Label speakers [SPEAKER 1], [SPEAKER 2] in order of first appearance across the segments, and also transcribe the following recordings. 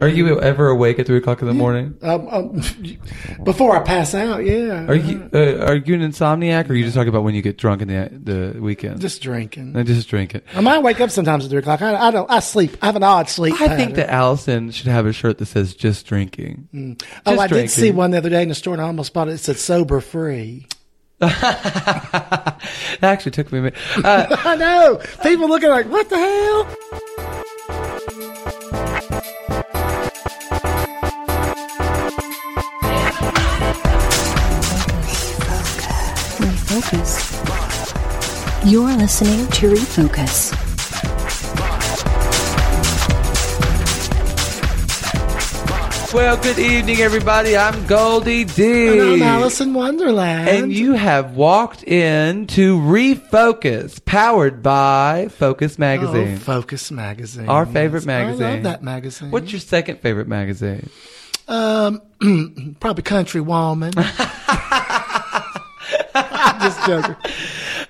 [SPEAKER 1] Are you ever awake at three o'clock in the morning?
[SPEAKER 2] Um, um, before I pass out, yeah.
[SPEAKER 1] Are you uh, are you an insomniac, or are you just talking about when you get drunk in the the weekend?
[SPEAKER 2] just drinking?
[SPEAKER 1] I just drink it.
[SPEAKER 2] I might wake up sometimes at three o'clock. I, I don't. I sleep. I have an odd sleep.
[SPEAKER 1] I think
[SPEAKER 2] pattern.
[SPEAKER 1] that Allison should have a shirt that says "Just Drinking."
[SPEAKER 2] Oh,
[SPEAKER 1] just
[SPEAKER 2] I
[SPEAKER 1] drinking.
[SPEAKER 2] did see one the other day in the store, and I almost bought it. It said sober free.
[SPEAKER 1] that actually took me a minute. Uh,
[SPEAKER 2] I know. People looking like, what the hell?
[SPEAKER 3] Refocus. You're listening to Refocus.
[SPEAKER 1] well, good evening, everybody. I'm Goldie D.
[SPEAKER 2] And I'm Alice in Wonderland.
[SPEAKER 1] And you have walked in to Refocus, powered by Focus
[SPEAKER 2] Oh,
[SPEAKER 1] Magazine.
[SPEAKER 2] Focus magazine.
[SPEAKER 1] our favorite
[SPEAKER 2] Yes.
[SPEAKER 1] magazine.
[SPEAKER 2] I love that magazine.
[SPEAKER 1] What's your second favorite magazine?
[SPEAKER 2] um, probably Country Woman. I'm just joking.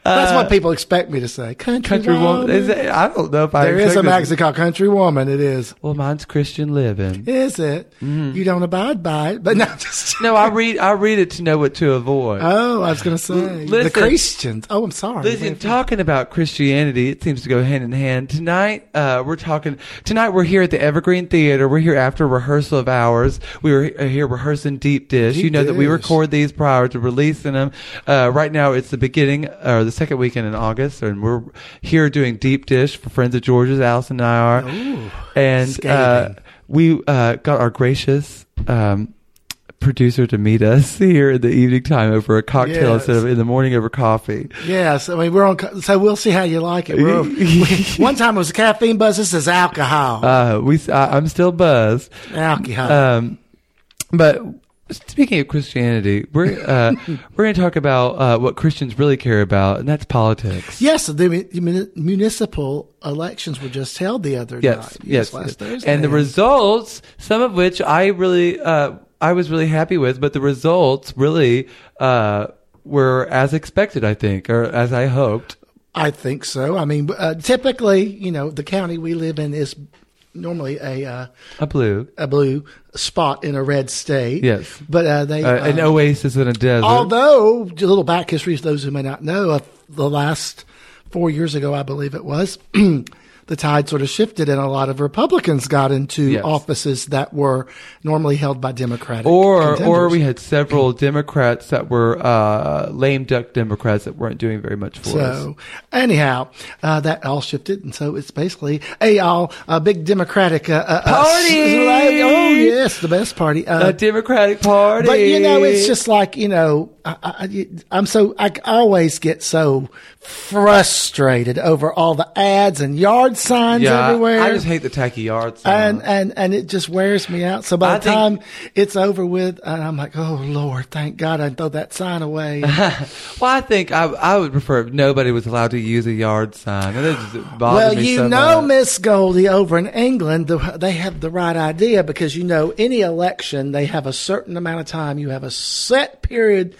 [SPEAKER 2] That's what people expect me to say. Country,
[SPEAKER 1] Uh, Country Woman. Is it, I don't know if I.
[SPEAKER 2] there is a
[SPEAKER 1] expected-
[SPEAKER 2] magazine called Country Woman. It is.
[SPEAKER 1] Well, mine's Christian Living.
[SPEAKER 2] Is it?
[SPEAKER 1] Mm-hmm.
[SPEAKER 2] You don't abide by it, but no, just
[SPEAKER 1] No, I read. I read it to know what to avoid.
[SPEAKER 2] Oh, I was going to say
[SPEAKER 1] listen.
[SPEAKER 2] the Christians. Oh, I'm sorry.
[SPEAKER 1] Listen, talking about Christianity, it seems to go hand in hand. Tonight, uh, we're talking, tonight we're here at the Evergreen Theater. We're here after a rehearsal of ours. We were he- uh, here rehearsing Deep Dish.
[SPEAKER 2] Deep
[SPEAKER 1] you know that we
[SPEAKER 2] Dish.
[SPEAKER 1] record these prior to releasing them. Uh, right now it's the beginning, or the second weekend in August, and we're here doing Deep Dish for Friends of George's, Alice and I are. and, uh,
[SPEAKER 2] scathing.
[SPEAKER 1] we, uh, got our gracious, um, producer to meet us here in the evening time over a cocktail
[SPEAKER 2] Yes.
[SPEAKER 1] instead of in the morning over coffee.
[SPEAKER 2] Yes, I mean we're on. co- So we'll see how you like it. We're, one time it was caffeine buzz. This is alcohol.
[SPEAKER 1] Uh, we, I, I'm still buzzed.
[SPEAKER 2] alcohol.
[SPEAKER 1] Um, but speaking of Christianity, we're uh, we're going to talk about uh, what Christians really care about, and that's politics.
[SPEAKER 2] yes, the mu- muni- municipal elections were just held the other
[SPEAKER 1] Yes,
[SPEAKER 2] night.
[SPEAKER 1] yes, uh,
[SPEAKER 2] last Thursday.
[SPEAKER 1] and the results, some of which I really, uh, I was really happy with, but the results really uh, were as expected, I think, or as I hoped.
[SPEAKER 2] I think so. I mean, uh, typically, you know, the county we live in is normally a uh,
[SPEAKER 1] A blue,
[SPEAKER 2] a blue spot in a red state.
[SPEAKER 1] Yes.
[SPEAKER 2] but uh, they
[SPEAKER 1] uh, an
[SPEAKER 2] um,
[SPEAKER 1] oasis in a desert.
[SPEAKER 2] Although, a little back history for those who may not know, uh, the last four years ago, I believe it was, the tide sort of shifted and a lot of Republicans got into
[SPEAKER 1] Yes.
[SPEAKER 2] offices that were normally held by Democratic
[SPEAKER 1] or or
[SPEAKER 2] contenders.
[SPEAKER 1] we had several Democrats that were uh, lame duck Democrats that weren't doing very much for us.
[SPEAKER 2] So, anyhow, uh, that all shifted, and so it's basically a all a big Democratic uh, uh, uh,
[SPEAKER 1] Party!
[SPEAKER 2] s- Oh yes, the best party. Uh,
[SPEAKER 1] a Democratic Party.
[SPEAKER 2] But you know, it's just like you know, I, I, am so I always get so frustrated over all the ads and yard signs
[SPEAKER 1] yeah.
[SPEAKER 2] everywhere,
[SPEAKER 1] I just hate the tacky yard sign.
[SPEAKER 2] and and and it just wears me out. So by
[SPEAKER 1] I
[SPEAKER 2] the
[SPEAKER 1] think-
[SPEAKER 2] time it's over with, and I'm like, oh Lord, thank God, I throw that sign away.
[SPEAKER 1] well, I think I, I would prefer if nobody was allowed to use a yard sign. And that just bothered
[SPEAKER 2] well,
[SPEAKER 1] me
[SPEAKER 2] you
[SPEAKER 1] so
[SPEAKER 2] know,
[SPEAKER 1] much.
[SPEAKER 2] Miss Goldie, over in England, the, they have the right idea because you know, any election, they have a certain amount of time. You have a set period.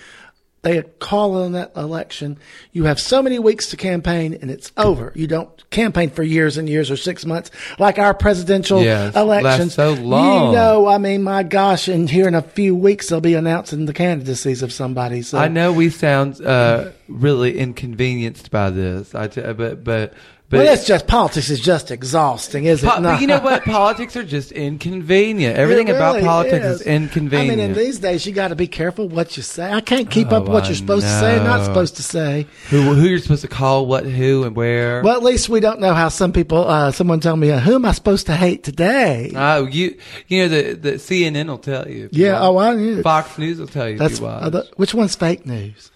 [SPEAKER 2] They call on that election. You have so many weeks to campaign, and it's over. You don't campaign for years and years or six months like our presidential
[SPEAKER 1] Yes, lasts
[SPEAKER 2] elections.
[SPEAKER 1] so long.
[SPEAKER 2] You know, I mean, my gosh! And here in a few weeks, they'll be announcing the candidacies of somebody. So
[SPEAKER 1] I know we sound uh, really inconvenienced by this. I t- but but but.
[SPEAKER 2] Well, that's just politics is just exhausting, is it?
[SPEAKER 1] Po-
[SPEAKER 2] not?
[SPEAKER 1] but you know what? Politics are just inconvenient. Everything
[SPEAKER 2] It
[SPEAKER 1] about
[SPEAKER 2] really
[SPEAKER 1] politics is,
[SPEAKER 2] I
[SPEAKER 1] inconvenient.
[SPEAKER 2] mean, in these days, you got to be careful what you say. I can't keep up
[SPEAKER 1] Oh,
[SPEAKER 2] what
[SPEAKER 1] I
[SPEAKER 2] you're supposed to say and not
[SPEAKER 1] know.
[SPEAKER 2] supposed to say.
[SPEAKER 1] who, who you're supposed to call, what, who, and where?
[SPEAKER 2] Well, at least we don't know how some people. Uh, someone tell me, uh, who am I supposed to hate today?
[SPEAKER 1] Oh, you you know the the CNN will tell you. if you
[SPEAKER 2] Yeah, oh,
[SPEAKER 1] watch.
[SPEAKER 2] I knew.
[SPEAKER 1] Fox News will tell you.
[SPEAKER 2] That's
[SPEAKER 1] if you watch.
[SPEAKER 2] uh, the- which one's fake news.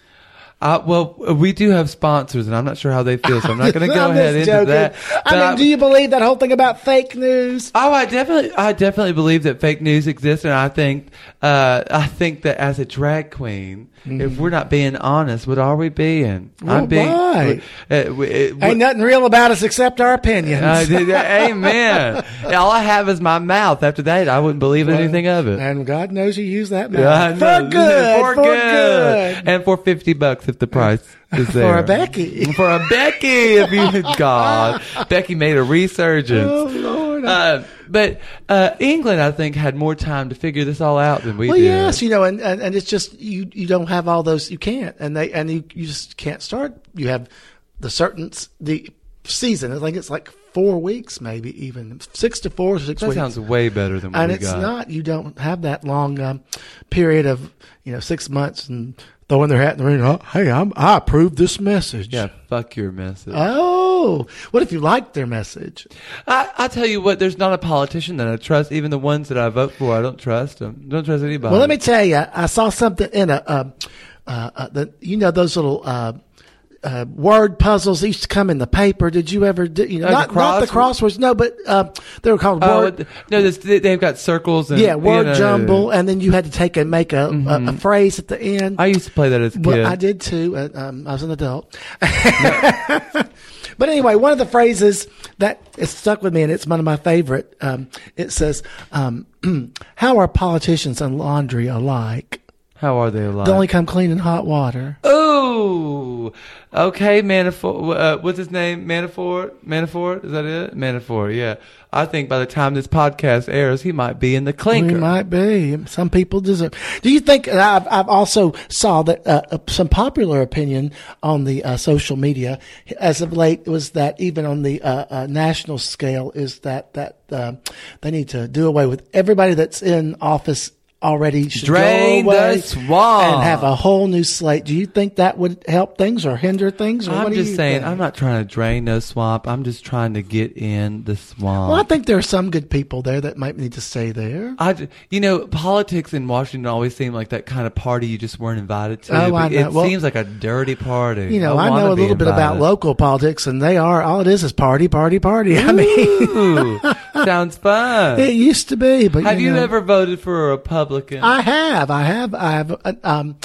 [SPEAKER 1] Uh, well, we do have sponsors, and I'm not sure how they feel, so I'm not going to go
[SPEAKER 2] I'm
[SPEAKER 1] ahead
[SPEAKER 2] just
[SPEAKER 1] into
[SPEAKER 2] joking.
[SPEAKER 1] that.
[SPEAKER 2] I
[SPEAKER 1] But
[SPEAKER 2] mean, do you believe that whole thing about fake news?
[SPEAKER 1] Oh, I definitely, I definitely believe that fake news exists, and I think, uh, I think that as a drag queen, if we're not being honest, what are we being?
[SPEAKER 2] Mm-hmm. Well, why?
[SPEAKER 1] Uh, we- it-
[SPEAKER 2] Ain't nothing real about us except our opinions.
[SPEAKER 1] uh, did- amen. All I have is my mouth. After that, I wouldn't believe anything of it.
[SPEAKER 2] and God knows you use that mouth
[SPEAKER 1] Yeah, I know.
[SPEAKER 2] for good,
[SPEAKER 1] For, good. And for 50 bucks if the price is
[SPEAKER 2] For
[SPEAKER 1] there.
[SPEAKER 2] a Becky.
[SPEAKER 1] For a Becky, if you, God. Becky made a resurgence.
[SPEAKER 2] Oh Lord. Fair enough.
[SPEAKER 1] Uh, but uh, England, I think, had more time to figure this all out than we
[SPEAKER 2] well,
[SPEAKER 1] did.
[SPEAKER 2] yes, you know, and, and, and it's just you you don't have all those you can't, and they and you, you just can't start. You have the certain s- the season. I think it's like four weeks, maybe even six to four, six
[SPEAKER 1] That
[SPEAKER 2] weeks.
[SPEAKER 1] sounds way better than what
[SPEAKER 2] and
[SPEAKER 1] we
[SPEAKER 2] it's
[SPEAKER 1] got.
[SPEAKER 2] not you don't have that long um, period of you know six months and throwing their hat in the ring. Oh, hey, I'm, I approve this message.
[SPEAKER 1] Yeah, fuck your message.
[SPEAKER 2] Oh, what if you like their message?
[SPEAKER 1] I, I tell you what, there's not a politician that I trust. Even the ones that I vote for, I don't trust them. Don't trust anybody.
[SPEAKER 2] Well, let me tell you, I saw something in a, um, uh, uh, the, you know, those little uh, uh, word puzzles that used to come in the paper. Did you ever do? You know,
[SPEAKER 1] Oh, the
[SPEAKER 2] not, not the crosswords, no, but uh, they were called
[SPEAKER 1] Oh,
[SPEAKER 2] word.
[SPEAKER 1] it- no, this, they- they've got circles and
[SPEAKER 2] yeah, word
[SPEAKER 1] you know.
[SPEAKER 2] jumble, and then you had to take and make a, a, a phrase at the end.
[SPEAKER 1] I used to play that as a kid.
[SPEAKER 2] Well, I did too. uh, Um, I was an adult. but anyway, one of the phrases that is stuck with me, and it's one of my favorite. Um, it says, um, "How are politicians and laundry alike?
[SPEAKER 1] How are they alive?
[SPEAKER 2] They only come clean in hot water."
[SPEAKER 1] Ooh, okay, Manafort. Uh, what's his name? Manafort. Manafort. Is that it? Manafort. Yeah. I think by the time this podcast airs, he might be in the
[SPEAKER 2] We
[SPEAKER 1] clinker.
[SPEAKER 2] might be. Some people deserve. Do you think? and I've I've also saw that uh, uh, some popular opinion on the uh, social media as of late was that even on the uh, uh, national scale is that that uh, they need to do away with everybody that's in office already should
[SPEAKER 1] Drain
[SPEAKER 2] go
[SPEAKER 1] the
[SPEAKER 2] away
[SPEAKER 1] swamp.
[SPEAKER 2] and have a whole new slate. Do you think that would help things or hinder things? Or what
[SPEAKER 1] I'm
[SPEAKER 2] do
[SPEAKER 1] just
[SPEAKER 2] you
[SPEAKER 1] saying,
[SPEAKER 2] think?
[SPEAKER 1] I'm not trying to drain no swamp. I'm just trying to get in the swamp.
[SPEAKER 2] Well, I think there are some good people there that might need to stay there.
[SPEAKER 1] I, d- you know, politics in Washington always seemed like that kind of party you just weren't invited to.
[SPEAKER 2] Oh, I
[SPEAKER 1] but
[SPEAKER 2] know.
[SPEAKER 1] It
[SPEAKER 2] Well,
[SPEAKER 1] seems like a dirty party.
[SPEAKER 2] You know, I,
[SPEAKER 1] wanna
[SPEAKER 2] know a
[SPEAKER 1] be
[SPEAKER 2] little bit about
[SPEAKER 1] invited.
[SPEAKER 2] local politics, and they are all it is is party, party, party. I mean,
[SPEAKER 1] Ooh, sounds fun.
[SPEAKER 2] it used to be, but
[SPEAKER 1] Have you
[SPEAKER 2] know,
[SPEAKER 1] ever voted for a Republican?
[SPEAKER 2] I have, I have, I have, uh, um,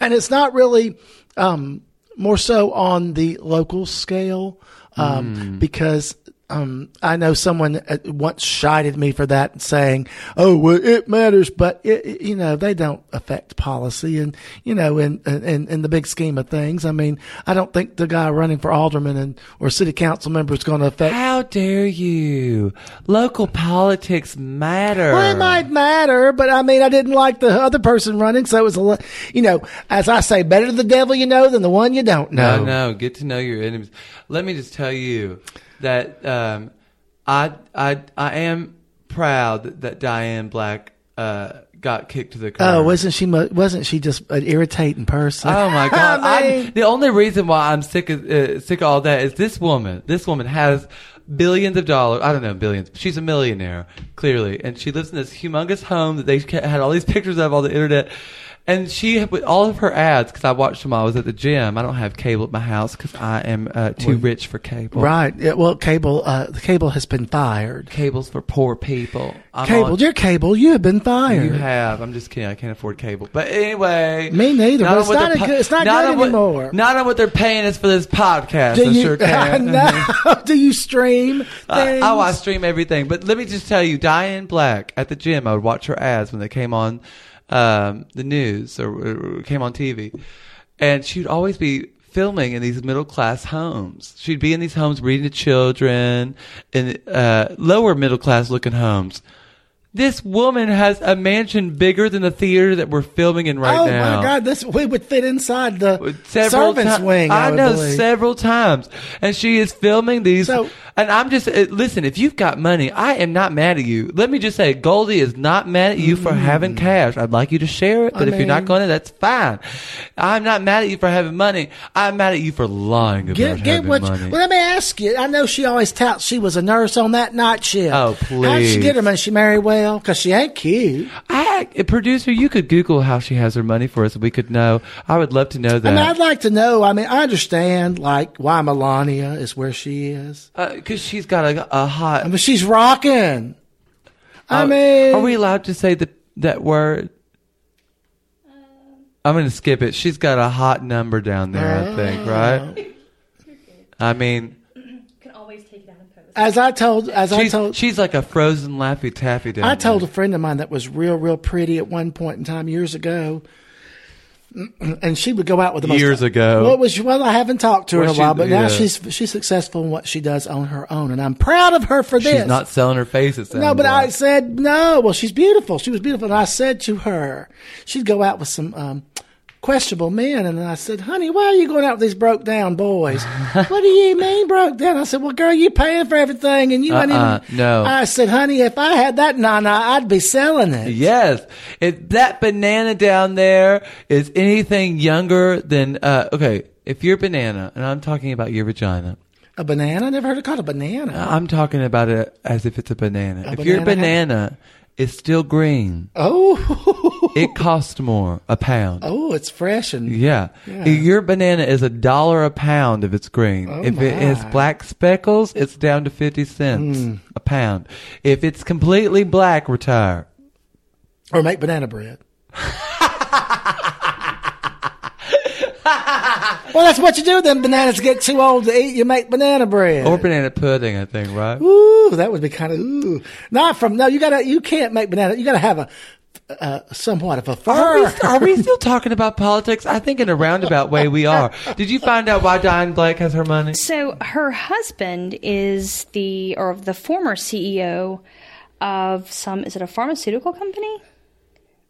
[SPEAKER 2] and it's not really um, more so on the local scale um, because. Um, I know someone uh, once shied at me for that, saying, "Oh, well, it matters," but it, it- you know they don't affect policy, and you know, in, in in the big scheme of things, I mean, I don't think the guy running for alderman and or city council member is going to affect
[SPEAKER 1] How dare you? Local politics matter.
[SPEAKER 2] Well, it might matter, but I mean, I didn't like the other person running, so it was a, li- you know, as I say, better the devil you know than the one you don't know.
[SPEAKER 1] No, no. Get to know your enemies. Let me just tell you that um, I, I, I am proud that Diane Black uh, got kicked to the curb.
[SPEAKER 2] Oh, wasn't she? Mo- wasn't she just an irritating person?
[SPEAKER 1] Oh my god!
[SPEAKER 2] I
[SPEAKER 1] I
[SPEAKER 2] mean,
[SPEAKER 1] the only reason why I'm sick of uh, sick of all that is this woman. This woman has billions of dollars. I don't know billions. She's a millionaire clearly, and she lives in this humongous home that they ca- had all these pictures of on the internet. And she with all of her ads because I watched them. While I was at the gym. I don't have cable at my house because I am uh, too rich for cable.
[SPEAKER 2] right. Yeah, well, cable. Uh, the cable has been fired.
[SPEAKER 1] Cables for poor people. I'm
[SPEAKER 2] cable,
[SPEAKER 1] on-
[SPEAKER 2] dear cable, you have been fired.
[SPEAKER 1] You have. I'm just kidding. I can't afford cable. But anyway,
[SPEAKER 2] Me neither, but
[SPEAKER 1] on
[SPEAKER 2] it's
[SPEAKER 1] what
[SPEAKER 2] not
[SPEAKER 1] they're
[SPEAKER 2] a good- it's not good
[SPEAKER 1] on what-
[SPEAKER 2] anymore.
[SPEAKER 1] Not on what they're paying us for this podcast.
[SPEAKER 2] Do
[SPEAKER 1] I
[SPEAKER 2] you?
[SPEAKER 1] sure
[SPEAKER 2] I
[SPEAKER 1] can.
[SPEAKER 2] know. Do you stream?
[SPEAKER 1] I,
[SPEAKER 2] things?
[SPEAKER 1] oh, I stream everything. But let me just tell you, Diane Black at the gym, I would watch her ads when they came on um, the news or, or came on TV, and she would always be filming in these middle class homes. She'd be in these homes reading to children in uh, lower middle class looking homes. This woman has a mansion bigger than the theater that we're filming in right
[SPEAKER 2] oh
[SPEAKER 1] now
[SPEAKER 2] my God! This we would fit inside the servants'
[SPEAKER 1] ti-
[SPEAKER 2] wing. I,
[SPEAKER 1] I,
[SPEAKER 2] would
[SPEAKER 1] know
[SPEAKER 2] believe.
[SPEAKER 1] several times, and she is filming these.
[SPEAKER 2] So-
[SPEAKER 1] and I'm just uh, listen. If you've got money, I am not mad at you. Let me just say, Goldie is not mad at you for having cash. I'd like you to share it, but if you're not
[SPEAKER 2] Mm. mean-
[SPEAKER 1] going to, that's fine. I'm not mad at you for having money. I'm mad at you for lying about
[SPEAKER 2] Get, get
[SPEAKER 1] having
[SPEAKER 2] what?
[SPEAKER 1] money.
[SPEAKER 2] well, let me ask you. I know she always touts she was a nurse on that night shift.
[SPEAKER 1] Oh,
[SPEAKER 2] How did she
[SPEAKER 1] please.
[SPEAKER 2] get her money? She married well because she ain't cute.
[SPEAKER 1] I, producer, you could Google how she has her money for us. We could know. I would love to know that.
[SPEAKER 2] I mean, I'd like to know. I mean, I understand like why Melania is where she is.
[SPEAKER 1] because Uh, she's got a, a hot.
[SPEAKER 2] I mean, she's rocking. I
[SPEAKER 1] Uh,
[SPEAKER 2] mean,
[SPEAKER 1] are we allowed to say the, that word? I'm going to skip it. She's got a hot number down there, I
[SPEAKER 2] Uh,
[SPEAKER 1] think, right? I mean,
[SPEAKER 4] can always take it out and post.
[SPEAKER 2] as I told, as I
[SPEAKER 1] she's,
[SPEAKER 2] told.
[SPEAKER 1] she's like a frozen laffy taffy down
[SPEAKER 2] I told a
[SPEAKER 1] her.
[SPEAKER 2] friend of mine that was real, real pretty at one point in time years ago. and she would go out with the most
[SPEAKER 1] Years ago.
[SPEAKER 2] What was well? I haven't talked to her in
[SPEAKER 1] Well,
[SPEAKER 2] a while,
[SPEAKER 1] she-
[SPEAKER 2] but now
[SPEAKER 1] yeah.
[SPEAKER 2] she's she's successful in what she does on her own, and I'm proud of her for this.
[SPEAKER 1] She's not selling her face. It
[SPEAKER 2] No,
[SPEAKER 1] sounds
[SPEAKER 2] but I
[SPEAKER 1] like.
[SPEAKER 2] said no. Well, she's beautiful. She was beautiful, and I said to her, she'd go out with some um, questionable men, and I said, "Honey, why are you going out with these broke down boys? what do you mean broke down?" I said, "Well, girl, you paying for everything, and you ain't
[SPEAKER 1] Uh-uh,
[SPEAKER 2] even."
[SPEAKER 1] no.
[SPEAKER 2] I said, "Honey, if I had that nana, I'd be selling it."
[SPEAKER 1] Yes. If that banana down there is anything younger than, uh, okay, if you're banana, and I'm talking about your vagina,
[SPEAKER 2] A banana? I never heard it called a banana.
[SPEAKER 1] I'm talking about it as if it's a banana. if your
[SPEAKER 2] banana
[SPEAKER 1] banana is still green,
[SPEAKER 2] oh,
[SPEAKER 1] it costs more a pound.
[SPEAKER 2] oh, it's fresh and
[SPEAKER 1] Yeah.
[SPEAKER 2] Yeah.
[SPEAKER 1] Your banana is a dollar a pound if it's green.
[SPEAKER 2] Oh
[SPEAKER 1] if it has
[SPEAKER 2] my.
[SPEAKER 1] black speckles, it's down to 50 cents a pound. If it's completely black, retire.
[SPEAKER 2] or make banana bread. well, that's what you do. Then bananas get too old to eat. You make banana bread.
[SPEAKER 1] Or banana pudding, I think, right?
[SPEAKER 2] ooh, that would be kind of ooh. Not from no. You gotta. You can't make banana. You gotta have a uh, somewhat of a
[SPEAKER 1] Are
[SPEAKER 2] fur.
[SPEAKER 1] we, are we still talking about politics? I think in a roundabout way we are. Did you find out why Diane Blake has her money?
[SPEAKER 5] So her husband is the or the former CEO of some is it a pharmaceutical company?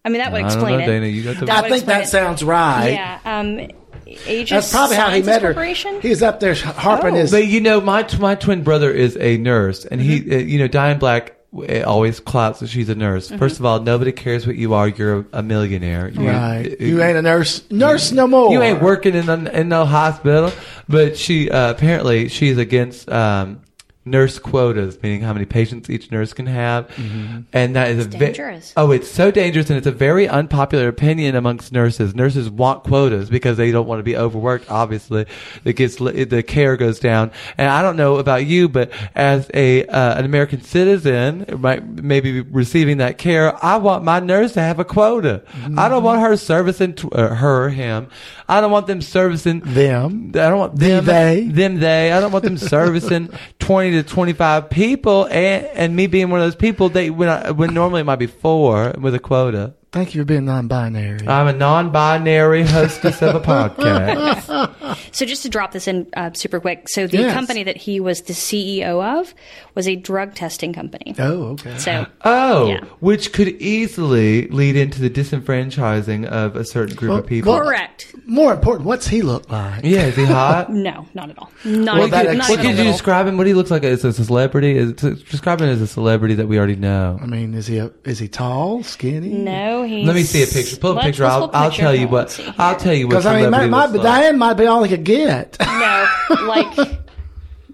[SPEAKER 5] I mean that
[SPEAKER 1] I
[SPEAKER 5] would
[SPEAKER 1] don't
[SPEAKER 5] explain
[SPEAKER 1] know,
[SPEAKER 5] it.
[SPEAKER 1] Dana. You got the-
[SPEAKER 5] That
[SPEAKER 2] I
[SPEAKER 5] would
[SPEAKER 2] think
[SPEAKER 5] explain
[SPEAKER 2] that
[SPEAKER 5] it.
[SPEAKER 2] sounds right.
[SPEAKER 5] Yeah, um, Aegis
[SPEAKER 2] That's probably how he
[SPEAKER 5] Sciences
[SPEAKER 2] met her.
[SPEAKER 5] Corporation?
[SPEAKER 2] He was up there harping
[SPEAKER 5] Oh.
[SPEAKER 2] his.
[SPEAKER 1] But you know, my t- my twin brother is a nurse, and
[SPEAKER 2] Mm-hmm.
[SPEAKER 1] he, uh, you know, Diane Black uh, always clouts that she's a nurse.
[SPEAKER 2] Mm-hmm.
[SPEAKER 1] First of all, nobody cares what you are. You're a, a millionaire. You,
[SPEAKER 2] Right.
[SPEAKER 1] uh,
[SPEAKER 2] You ain't a nurse. Nurse no more.
[SPEAKER 1] You ain't working in the, in no hospital, but she uh, apparently she's against um, nurse quotas, meaning how many patients each nurse can have,
[SPEAKER 2] Mm-hmm.
[SPEAKER 1] and that is a ve-
[SPEAKER 5] dangerous.
[SPEAKER 1] oh, it's so dangerous, and it's a very unpopular opinion amongst nurses. Nurses want quotas because they don't want to be overworked. Obviously, it gets li- the care goes down, and I don't know about you, but as a uh, an American citizen, might maybe receiving that care, I want my nurse to have a quota. I don't want her servicing tw- uh, her him. I don't want them servicing
[SPEAKER 2] Them.
[SPEAKER 1] I don't want them
[SPEAKER 2] they.
[SPEAKER 1] them they. I don't want them servicing twenty to twenty five people, and and me being one of those people. They when I, when normally it might be four with a quota.
[SPEAKER 2] Thank you for being non-binary.
[SPEAKER 1] I'm a non-binary hostess of a podcast.
[SPEAKER 5] So just to drop this in uh, super quick, so the
[SPEAKER 2] Yes.
[SPEAKER 5] company that he was the CEO of was a drug testing company.
[SPEAKER 2] oh, okay.
[SPEAKER 5] So
[SPEAKER 1] Oh,
[SPEAKER 5] Yeah.
[SPEAKER 1] which could easily lead into the disenfranchising of a certain group of people.
[SPEAKER 2] well-
[SPEAKER 5] correct.
[SPEAKER 2] More important, what's he look like?
[SPEAKER 1] yeah, is he hot?
[SPEAKER 5] No, not at all. Not,
[SPEAKER 2] Well, that
[SPEAKER 5] even-
[SPEAKER 2] explains-
[SPEAKER 5] not
[SPEAKER 1] what
[SPEAKER 5] even a
[SPEAKER 1] could you
[SPEAKER 5] little.
[SPEAKER 1] describe him? What do he looks like? Is this a celebrity? Is, describe him as a celebrity that we already know.
[SPEAKER 2] I mean, is he a, is he tall, skinny?
[SPEAKER 5] No, he's.
[SPEAKER 1] Let me see a picture. Pull up a
[SPEAKER 5] Let's-
[SPEAKER 1] picture.
[SPEAKER 5] let's
[SPEAKER 1] I'll,
[SPEAKER 5] pull up a
[SPEAKER 1] I'll
[SPEAKER 5] picture.
[SPEAKER 1] tell you
[SPEAKER 5] Hold on,
[SPEAKER 1] what.
[SPEAKER 5] let's see
[SPEAKER 1] I'll
[SPEAKER 5] here.
[SPEAKER 1] tell you what.
[SPEAKER 2] Because I mean, my,
[SPEAKER 1] celebrity
[SPEAKER 2] my
[SPEAKER 1] looks like.
[SPEAKER 2] Diane might be all he could get.
[SPEAKER 5] No, like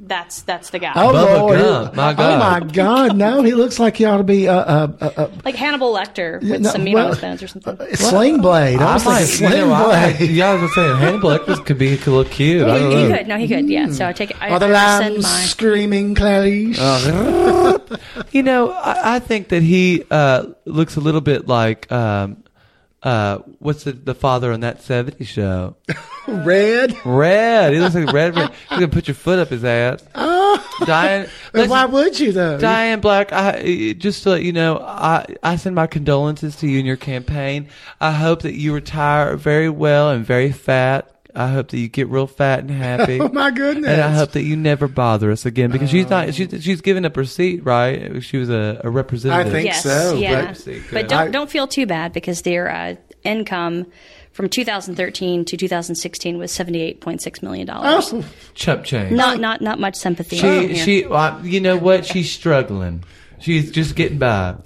[SPEAKER 5] that's that's the guy.
[SPEAKER 2] Oh
[SPEAKER 1] Bubba
[SPEAKER 2] Lord!
[SPEAKER 1] Gump, my
[SPEAKER 2] Oh
[SPEAKER 1] God.
[SPEAKER 2] my God! No, he looks like he ought to be a uh, uh, uh,
[SPEAKER 5] Like Hannibal Lecter with
[SPEAKER 2] no,
[SPEAKER 5] some meat
[SPEAKER 2] well,
[SPEAKER 5] on his bones or something.
[SPEAKER 2] uh, Sling Blade. I was thinking
[SPEAKER 1] you
[SPEAKER 2] Sling
[SPEAKER 1] know, I,
[SPEAKER 2] Blade.
[SPEAKER 1] yeah, I was saying Hannibal Lecter could be could look cute. I
[SPEAKER 5] he,
[SPEAKER 1] don't
[SPEAKER 5] he
[SPEAKER 1] know.
[SPEAKER 5] could. No, he could. Yeah. So I take it. I,
[SPEAKER 2] Are the
[SPEAKER 5] I send
[SPEAKER 2] lambs
[SPEAKER 5] my.
[SPEAKER 2] screaming, Clarice?
[SPEAKER 1] Oh, You know, I, I think that he uh, looks a little bit like um, uh, what's the, the father on that '70s show?
[SPEAKER 2] Oh, Red.
[SPEAKER 1] Red. He looks like Red. Red. You're gonna put your foot up his ass. Diane, listen,
[SPEAKER 2] Why would you though?
[SPEAKER 1] Diane Black, I, just to let you know, I, I send my condolences to you and your campaign. I hope that you retire very well and very fat. I hope that you get real fat and happy.
[SPEAKER 2] Oh, my goodness.
[SPEAKER 1] And I hope that you never bother us again because she's not she's she's given up her seat, right? She was a, a representative.
[SPEAKER 2] Oh. I think
[SPEAKER 5] yes.
[SPEAKER 2] so,
[SPEAKER 5] yeah.
[SPEAKER 1] but-
[SPEAKER 5] But,
[SPEAKER 1] Good.
[SPEAKER 5] don't
[SPEAKER 2] I-
[SPEAKER 5] don't feel too bad because their uh, income from 2013 to 2016 was 78.6 million dollars.
[SPEAKER 2] Oh,
[SPEAKER 1] Chump change.
[SPEAKER 5] Not not not much sympathy. in
[SPEAKER 1] she
[SPEAKER 5] here.
[SPEAKER 1] she well, you know what? She's struggling. She's just getting by.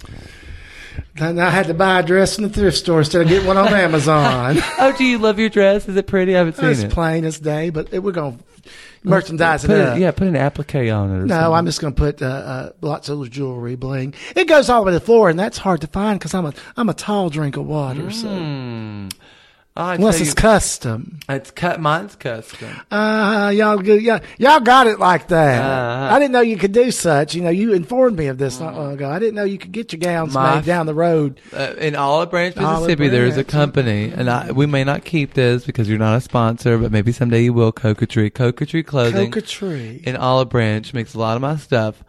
[SPEAKER 2] then I had to buy a dress in the thrift store instead of getting one on Amazon.
[SPEAKER 1] Oh, do you love your dress? Is it pretty? I haven't seen
[SPEAKER 2] it's
[SPEAKER 1] it.
[SPEAKER 2] plain as day, but it- we're gonna merchandise it
[SPEAKER 1] Put
[SPEAKER 2] up.
[SPEAKER 1] a- yeah, put an applique on it. Or
[SPEAKER 2] No, I'm just going to put uh, uh, lots of jewelry, bling. It goes all the way to the floor, and that's hard to find because I'm a I'm a tall drink of water. So
[SPEAKER 1] Oh, I
[SPEAKER 2] unless
[SPEAKER 1] tell
[SPEAKER 2] it's
[SPEAKER 1] Mm. you-
[SPEAKER 2] custom,
[SPEAKER 1] It's cut. Mine's custom.
[SPEAKER 2] uh, y'all good, y'all, y'all got it like that.
[SPEAKER 1] Uh-huh.
[SPEAKER 2] I didn't know you could do such. You know, you informed me of this not long ago. I didn't know you could get your gowns
[SPEAKER 1] My-
[SPEAKER 2] made down the road.
[SPEAKER 1] Uh, in Olive Branch,
[SPEAKER 2] Olive
[SPEAKER 1] Mississippi, there is a
[SPEAKER 2] Branch.
[SPEAKER 1] company, and I, we may not keep this because you're not a sponsor, but maybe someday you will. Coquetry, Coquetry Clothing
[SPEAKER 2] Coquetry.
[SPEAKER 1] in Olive Branch makes a lot of my stuff.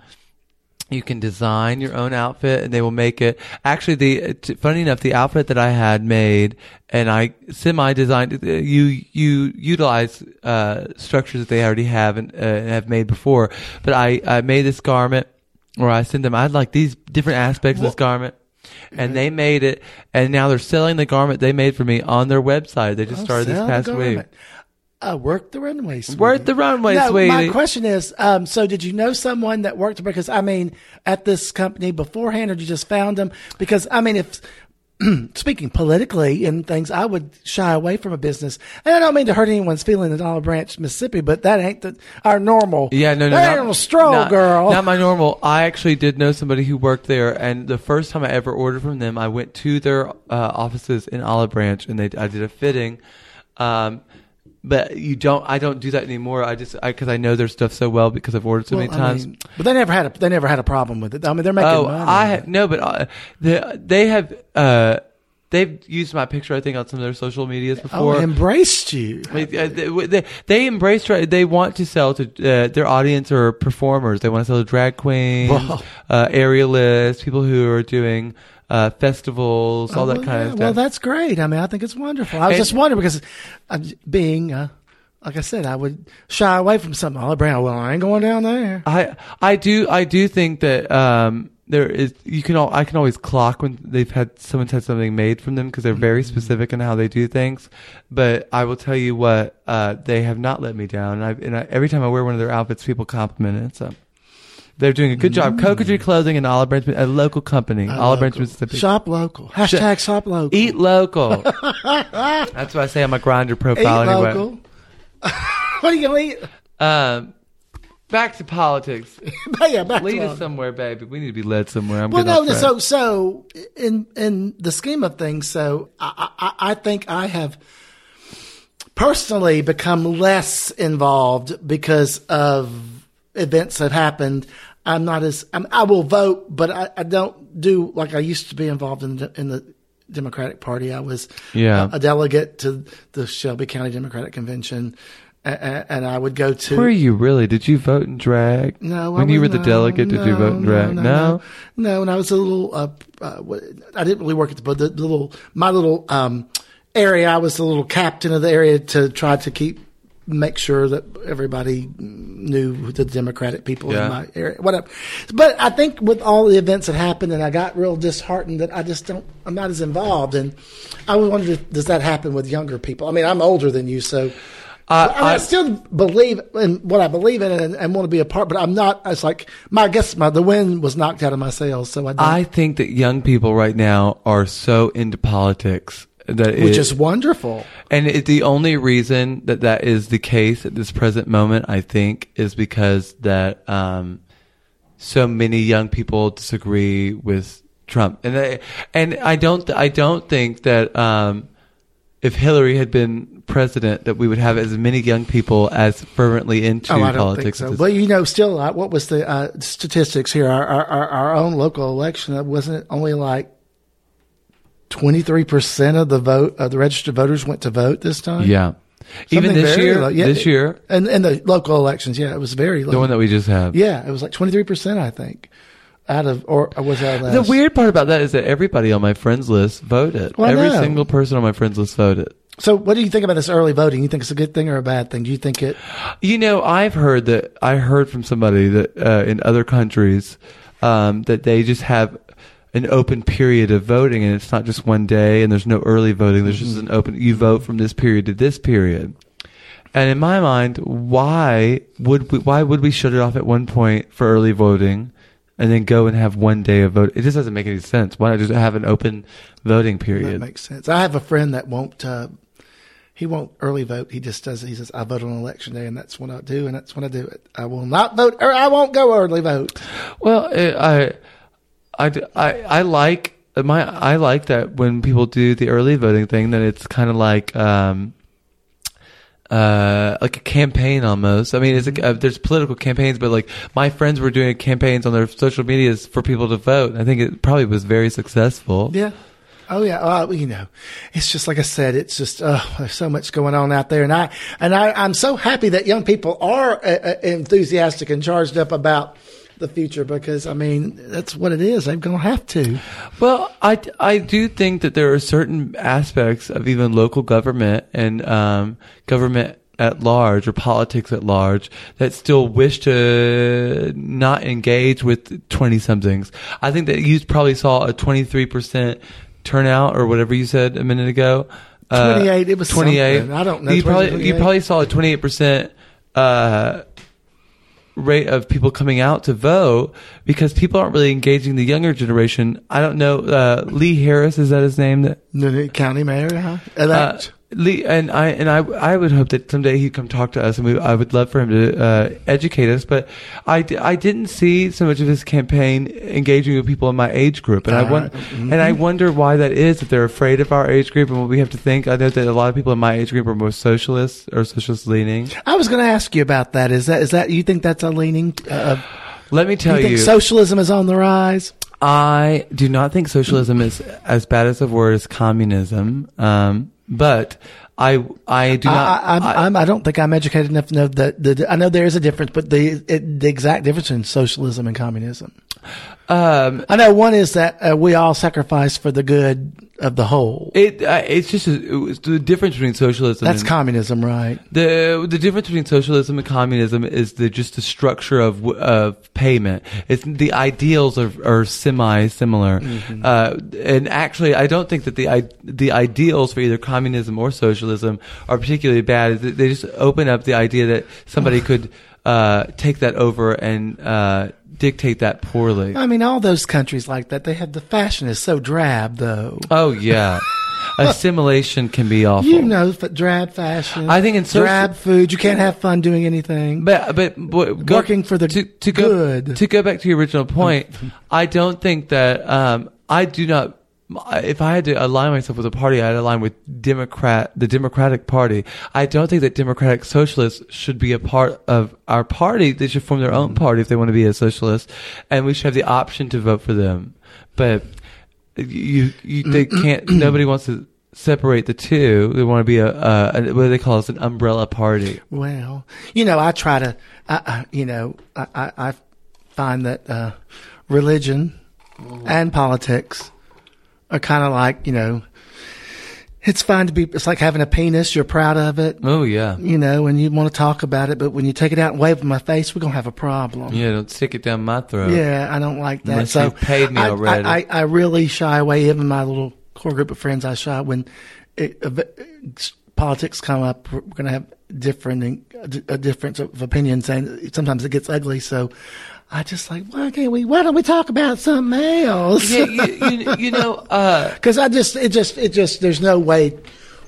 [SPEAKER 1] You can design your own outfit, and they will make it. Actually, the t- funny enough, the outfit that I had made, and I semi designed. You you utilize uh, structures that they already have and, uh, and have made before. But I I made this garment, or I sent them. I had like these different aspects of this garment. And they made it, and now they're selling the garment they made for me on their website. They just started this
[SPEAKER 2] Oh, Sell the
[SPEAKER 1] past week.
[SPEAKER 2] government. Uh, work the runway. Sweetie.
[SPEAKER 1] Work the runway,
[SPEAKER 2] no, My
[SPEAKER 1] sweetie.
[SPEAKER 2] question is, um, so did you know someone that worked because I mean at this company beforehand, or you just found them? Because I mean, if speaking politically and things, I would shy away from a business, and I don't mean to hurt anyone's feeling in Olive Branch, Mississippi, but that ain't the, our normal.
[SPEAKER 1] Yeah, no, no,
[SPEAKER 2] that
[SPEAKER 1] not-
[SPEAKER 2] ain't no stroll,
[SPEAKER 1] not-
[SPEAKER 2] girl.
[SPEAKER 1] Not my normal. I actually did know somebody who worked there, and the first time I ever ordered from them, I went to their uh, offices in Olive Branch, and they I did a fitting. Um, but you don't. I don't do that anymore. I just because I, know their stuff so well because I've ordered so
[SPEAKER 2] Well,
[SPEAKER 1] many
[SPEAKER 2] I
[SPEAKER 1] times.
[SPEAKER 2] mean, but they never had a they never had a problem with it. I mean, they're making
[SPEAKER 1] oh,
[SPEAKER 2] money.
[SPEAKER 1] I ha- no, but uh, the, they have. Uh, They've used my picture, I think, on some of their social medias
[SPEAKER 2] oh,
[SPEAKER 1] before.
[SPEAKER 2] embraced you.
[SPEAKER 1] Like, uh, they, they, they embrace dra- they want to sell to uh, their audience or performers they want to sell to drag queens
[SPEAKER 2] Wow.
[SPEAKER 1] uh, aerialists people who are doing uh, festivals all that
[SPEAKER 2] well,
[SPEAKER 1] kind
[SPEAKER 2] Oh, yeah.
[SPEAKER 1] of stuff
[SPEAKER 2] Well, that's great. I mean, I think it's wonderful. I was
[SPEAKER 1] And-
[SPEAKER 2] just wondering because uh, being, uh, like I said, I would shy away from something. Olive Brown, well, I ain't going down there.
[SPEAKER 1] I I do I do think that um there is you can all I can always clock when they've had someone's had something made from them because they're very
[SPEAKER 2] Mm-hmm.
[SPEAKER 1] specific in how they do things. But I will tell you what uh they have not let me down. And I and I, every time I wear one of their outfits, people compliment it. So. They're doing a good
[SPEAKER 2] Mm.
[SPEAKER 1] job. Coquetry Clothing in Olive Branch, a local company. Olive Branch, Mississippi.
[SPEAKER 2] Shop local. Hashtag shop local.
[SPEAKER 1] Eat local. That's what I say on my grinder
[SPEAKER 2] Eat
[SPEAKER 1] profile anyway.
[SPEAKER 2] local. what are you going to
[SPEAKER 1] Um, back to politics.
[SPEAKER 2] eat? yeah, back
[SPEAKER 1] Lead
[SPEAKER 2] to
[SPEAKER 1] us
[SPEAKER 2] Olive.
[SPEAKER 1] somewhere, baby. We need to be led somewhere. I'm
[SPEAKER 2] Well,
[SPEAKER 1] getting off
[SPEAKER 2] no,
[SPEAKER 1] track.
[SPEAKER 2] so so in in the scheme of things, so I, I, I think I have personally become less involved because of events that happened. I'm not as I'm, I will vote, but I, I don't do like I used to be involved in the, in the Democratic Party. I was
[SPEAKER 1] Yeah.
[SPEAKER 2] a, a delegate to the Shelby County Democratic Convention, and, and I would go to
[SPEAKER 1] Were you really? Did you vote in drag?
[SPEAKER 2] no, I
[SPEAKER 1] when you were
[SPEAKER 2] would-
[SPEAKER 1] the
[SPEAKER 2] no,
[SPEAKER 1] delegate, did you vote in drag?
[SPEAKER 2] No, no, no. No, and I was a little. Uh, uh, what- I didn't really work at the, but the, the little my little um, area. I was the little captain of the area to try to keep make sure that everybody knew who the Democratic people
[SPEAKER 1] Yeah.
[SPEAKER 2] in my area, whatever. But I think with all the events that happened, and I got real disheartened that I just don't. I'm not as involved, and I was wondering, does that happen with younger people? I mean, I'm older than you, so.
[SPEAKER 1] Uh,
[SPEAKER 2] I, mean, I,
[SPEAKER 1] I-
[SPEAKER 2] still believe in what I believe in and, and want to be a part, but I'm not. It's like my I guess my the wind was knocked out of my sails, so I, don't,
[SPEAKER 1] I think that young people right now are so into politics that it,
[SPEAKER 2] which is wonderful.
[SPEAKER 1] and it, the only reason that that is the case at this present moment, I think, is because that um, so many young people disagree with Trump, and I, and I don't I don't think that um, if Hillary had been president, that we would have as many young people as fervently into
[SPEAKER 2] Oh, I don't think
[SPEAKER 1] politics. at
[SPEAKER 2] so.
[SPEAKER 1] this
[SPEAKER 2] Well, you know, still, uh, what was the uh, statistics here? Our, our our our own local election uh, wasn't it only like twenty three percent of the vote of the registered voters went to vote this time.
[SPEAKER 1] Yeah. Even
[SPEAKER 2] Something
[SPEAKER 1] this
[SPEAKER 2] very
[SPEAKER 1] year,
[SPEAKER 2] low. Yeah,
[SPEAKER 1] this year,
[SPEAKER 2] and and the local elections, yeah, it was very low.
[SPEAKER 1] the one that we just had.
[SPEAKER 2] yeah, it was like twenty three percent, I think, out of or or was that
[SPEAKER 1] The
[SPEAKER 2] last?
[SPEAKER 1] weird part about that is that everybody on my friends list voted.
[SPEAKER 2] Well, I
[SPEAKER 1] Every
[SPEAKER 2] know.
[SPEAKER 1] single person on my friends list voted.
[SPEAKER 2] So, what do you think about this early voting? You think it's a good thing or a bad thing? Do you think it?
[SPEAKER 1] You know, I've heard that I heard from somebody that uh, in other countries um, that they just have an open period of voting, and it's not just one day, and there's no early voting. There's just an open. You vote from this period to this period. And in my mind, why would we, why would we shut it off at one point for early voting, and then go and have one day of vote? It just doesn't make any sense. Why not just have an open voting
[SPEAKER 2] That
[SPEAKER 1] period?
[SPEAKER 2] makes sense. I have a friend that won't. Uh, he won't early vote. He just does. He says, "I vote on election day, and that's when I do, and that's when I do it. I will not vote, or I won't go early vote."
[SPEAKER 1] Well, I, I, I, I, I like my I like that when people do the early voting thing, then it's kind of like um, uh, like a campaign almost. I mean, it's a, uh, there's political campaigns, but like my friends were doing campaigns on their social medias for people to vote. I think it probably was very successful.
[SPEAKER 2] Yeah. Oh yeah. Uh, you know, it's just like I said. It's just uh, there's so much going on out there, and I and I, I'm so happy that young people are uh, uh, enthusiastic and charged up about the future because I mean that's what it is. They're gonna have to.
[SPEAKER 1] Well, I, I do think that there are certain aspects of even local government and um, government at large or politics at large that still wish to not engage with 20 somethings. I think that you probably saw a 23% turnout or whatever you said a minute ago. Uh,
[SPEAKER 2] 28, it was
[SPEAKER 1] 28.
[SPEAKER 2] something. I don't know,
[SPEAKER 1] You
[SPEAKER 2] 28.
[SPEAKER 1] probably, you probably saw a 28% uh, rate of people coming out to vote because people aren't really engaging the younger generation. I don't know. Uh, Lee Harris is that his name? That
[SPEAKER 2] No, no, County mayor, uh-huh. huh?
[SPEAKER 1] uh,
[SPEAKER 2] Elect.
[SPEAKER 1] Lee and I and I I would hope that someday he'd come talk to us and we, I would love for him to uh, educate us. But I, d- I didn't see so much of his campaign engaging with people in my age group, and I won-
[SPEAKER 2] Mm-hmm.
[SPEAKER 1] and I wonder why that is. If they're afraid of our age group and what we have to think. I know that a lot of people in my age group are more socialist or socialist leaning.
[SPEAKER 2] I was going to ask you about that. Is that is that you think that's a leaning? Uh,
[SPEAKER 1] Let me
[SPEAKER 2] do
[SPEAKER 1] tell
[SPEAKER 2] you think socialism is on the rise?
[SPEAKER 1] I do not think socialism is as bad as a word as communism. Um, but I, I do
[SPEAKER 2] I,
[SPEAKER 1] not.
[SPEAKER 2] I, I'm, I, I'm, I don't think I'm educated enough to know that. The, I know there is a difference, but the it, the exact difference in socialism and communism.
[SPEAKER 1] um,
[SPEAKER 2] I know one is that uh, we all sacrifice for the good of the whole.
[SPEAKER 1] it, uh, it's just a, it was the difference between socialism.
[SPEAKER 2] That's
[SPEAKER 1] and,
[SPEAKER 2] communism, right?
[SPEAKER 1] the the difference between socialism and communism is the just the structure of w- of payment. It's the ideals are, are semi similar,
[SPEAKER 2] Mm-hmm.
[SPEAKER 1] uh, and actually, I don't think that the i- the ideals for either communism or socialism are particularly bad. They they just open up the idea that somebody could uh, take that over and uh, dictate that poorly.
[SPEAKER 2] I mean, all those countries like that, they have the fashion is so drab, though.
[SPEAKER 1] Oh yeah, assimilation can be awful.
[SPEAKER 2] You know, f- drab fashion.
[SPEAKER 1] I think in social-
[SPEAKER 2] drab food, you can't have fun doing anything.
[SPEAKER 1] But but, but go,
[SPEAKER 2] Working for the
[SPEAKER 1] to, to go,
[SPEAKER 2] good. Um,
[SPEAKER 1] To go back to your original point, I don't think that um, I do not. If I had to align myself with a party, I'd align with Democrat, the Democratic Party. I don't think that Democratic Socialists should be a part of our party. They should form their own
[SPEAKER 2] Mm.
[SPEAKER 1] party if they want to be a socialist, and we should have the option to vote for them. But you, you they can't. nobody wants to separate the two. They want to be a, a, a what do they call it? An umbrella party.
[SPEAKER 2] Well, you know, I try to, I, I, you know, I, I, I find that uh, religion and politics are kind of like, you know, it's fine to be, it's like having a penis, you're proud of it,
[SPEAKER 1] Oh yeah.
[SPEAKER 2] you know, and you want to talk about it, but when you take it out and wave it in my face, we're going to have a problem.
[SPEAKER 1] Yeah, don't stick it down my throat.
[SPEAKER 2] Yeah, I don't like that.
[SPEAKER 1] Unless
[SPEAKER 2] so
[SPEAKER 1] you've paid me
[SPEAKER 2] I,
[SPEAKER 1] already.
[SPEAKER 2] I, I, I really shy away. Even my little core group of friends, I shy when it, uh, politics come up. We're going to have different a difference of opinions, and sometimes it gets ugly. So I just like, why can't we? Why don't we talk about something else?
[SPEAKER 1] Yeah, you, you, you know, uh,
[SPEAKER 2] Because I just, it just, it just, there's no way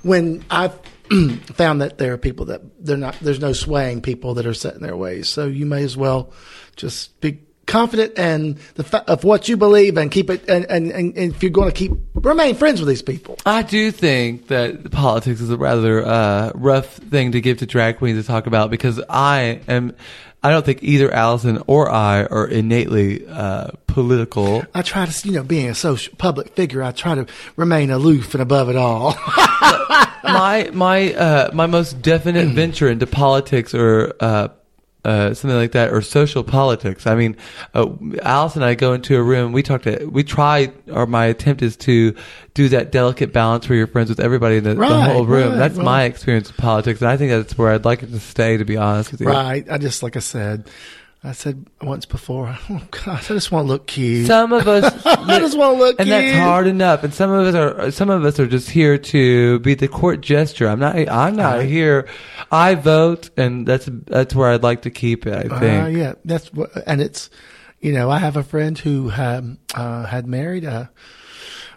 [SPEAKER 2] when I've found that there are people that they're not, there's no swaying people that are set in their ways. So you may as well just be confident and the fa- of what you believe and keep it. And, and, and, and if you're going to keep, remain friends with these people.
[SPEAKER 1] I do think that politics is a rather uh, rough thing to give to drag queens to talk about because I am, I don't think either Allison or I are innately uh, political.
[SPEAKER 2] I try to, you know, being a social public figure, I try to remain aloof and above it all.
[SPEAKER 1] my my uh, my most definite venture into politics or uh, uh, something like that or social politics. I mean, uh, Alice and I go into a room. We talk to we try or my attempt is to do that delicate balance where you're friends with everybody in the, the
[SPEAKER 2] Right,
[SPEAKER 1] whole room.
[SPEAKER 2] right,
[SPEAKER 1] that's
[SPEAKER 2] right.
[SPEAKER 1] my experience with politics, and I think that's where I'd like it to stay. To be honest with you,
[SPEAKER 2] right. I just, like I said, I said once before, oh God, I just want to look cute.
[SPEAKER 1] Some of us,
[SPEAKER 2] I just wanna look
[SPEAKER 1] and that's
[SPEAKER 2] cute.
[SPEAKER 1] hard enough. And some of us are, some of us are just here to be the court gesture. I'm not, I'm not here. I vote, and that's that's where I'd like to keep it. I think.
[SPEAKER 2] Uh, yeah, that's what, and it's, you know, I have a friend who um, uh, had married a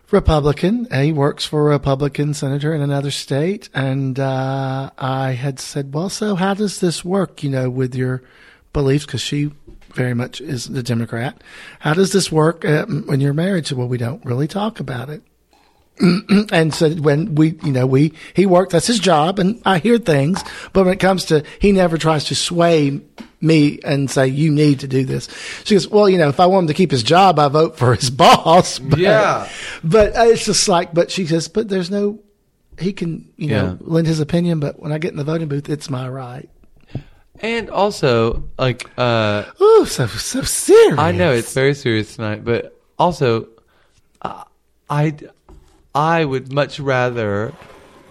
[SPEAKER 2] Republican. and He works for a Republican senator in another state, and uh, I had said, "Well, so how does this work? You know, with your beliefs?" Because she very much is the Democrat. How does this work uh, when you're married? So, well, we don't really talk about it and so when we, you know, we, he worked, that's his job and I hear things, but when it comes to, he never tries to sway me and say, you need to do this. She goes, well, you know, if I want him to keep his job, I vote for his boss. But,
[SPEAKER 1] Yeah.
[SPEAKER 2] But uh, it's just like, but she says, but there's no, he can, you know,
[SPEAKER 1] Yeah.
[SPEAKER 2] lend his opinion, but when I get in the voting booth, it's my right.
[SPEAKER 1] And also, like, uh,
[SPEAKER 2] Ooh, so so serious.
[SPEAKER 1] I know it's very serious tonight, but also, uh, I, I would much rather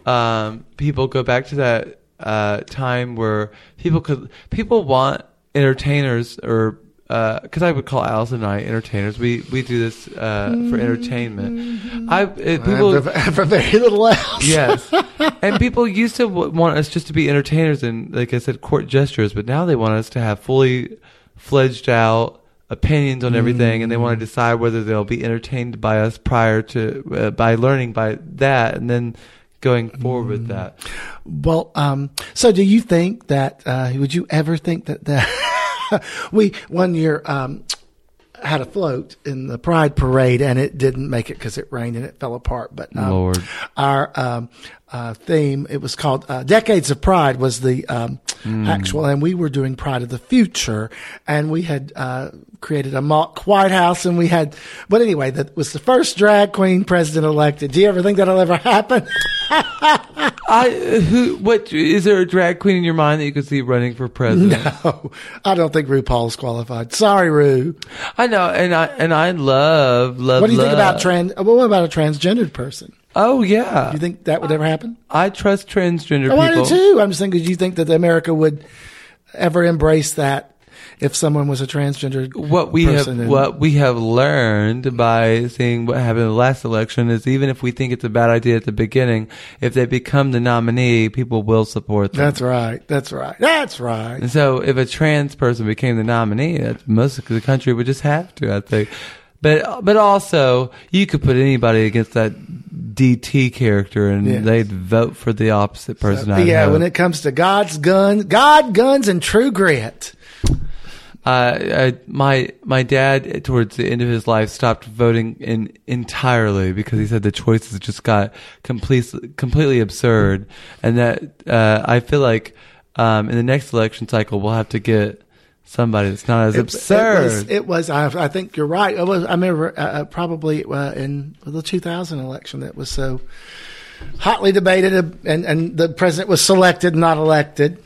[SPEAKER 1] um, people go back to that uh, time where people could people want entertainers or because I would call Alice and I entertainers. We we do this uh, for entertainment. I it, people
[SPEAKER 2] for, for very little else.
[SPEAKER 1] yes. And people used to w- want us just to be entertainers and, like I said, court gestures, but now they want us to have fully fledged out opinions on everything and they
[SPEAKER 2] Mm.
[SPEAKER 1] want to decide whether they'll be entertained by us prior to, uh, by learning by that and then going forward with
[SPEAKER 2] Mm.
[SPEAKER 1] that.
[SPEAKER 2] Well, um, so do you think that, uh, would you ever think that, that we one year, um, had a float in the pride parade and it didn't make it because it rained and it fell apart. But, um,
[SPEAKER 1] Lord.
[SPEAKER 2] our, um, uh, theme, it was called, uh, decades of pride was the, um, actual, and we were doing pride of the future and we had, uh, created a mock White House and we had, but anyway, that was the first drag queen president elected. Do you ever think that'll ever happen?
[SPEAKER 1] I, who, what, is there a drag queen in your mind that you could see running for president?
[SPEAKER 2] No, I don't think RuPaul's qualified. Sorry, Ru.
[SPEAKER 1] I know. And I, and I love, love,
[SPEAKER 2] What do you think
[SPEAKER 1] love-
[SPEAKER 2] about trans? Well, what about a transgendered person?
[SPEAKER 1] Oh,
[SPEAKER 2] Do
[SPEAKER 1] yeah.
[SPEAKER 2] you think that would ever happen?
[SPEAKER 1] I trust transgender
[SPEAKER 2] Oh, I do
[SPEAKER 1] people.
[SPEAKER 2] too. I'm just thinking. Do you think that America would ever embrace that if someone was a transgendered
[SPEAKER 1] what we have
[SPEAKER 2] person and-
[SPEAKER 1] what we have learned by seeing what happened in the last election is even if we think it's a bad idea at the beginning, if they become the nominee, people will support them.
[SPEAKER 2] That's right. That's right. That's right.
[SPEAKER 1] and so if a trans person became the nominee, that most of the country would just have to, I think. But but also you could put anybody against that DT character and
[SPEAKER 2] Yes.
[SPEAKER 1] they'd vote for the opposite person. I
[SPEAKER 2] yeah.
[SPEAKER 1] hope.
[SPEAKER 2] When it comes to God's gun, God guns and true grit.
[SPEAKER 1] uh, I, my my dad towards the end of his life stopped voting in entirely because he said the choices just got complete, completely absurd, and that uh, I feel like um, in the next election cycle we'll have to get somebody that's not as
[SPEAKER 2] It-
[SPEAKER 1] absurd.
[SPEAKER 2] It was. It was I, I think you're right. It was. I remember uh, uh, probably uh, in the 2000 election that was so hotly debated, uh, and and the president was selected, not elected.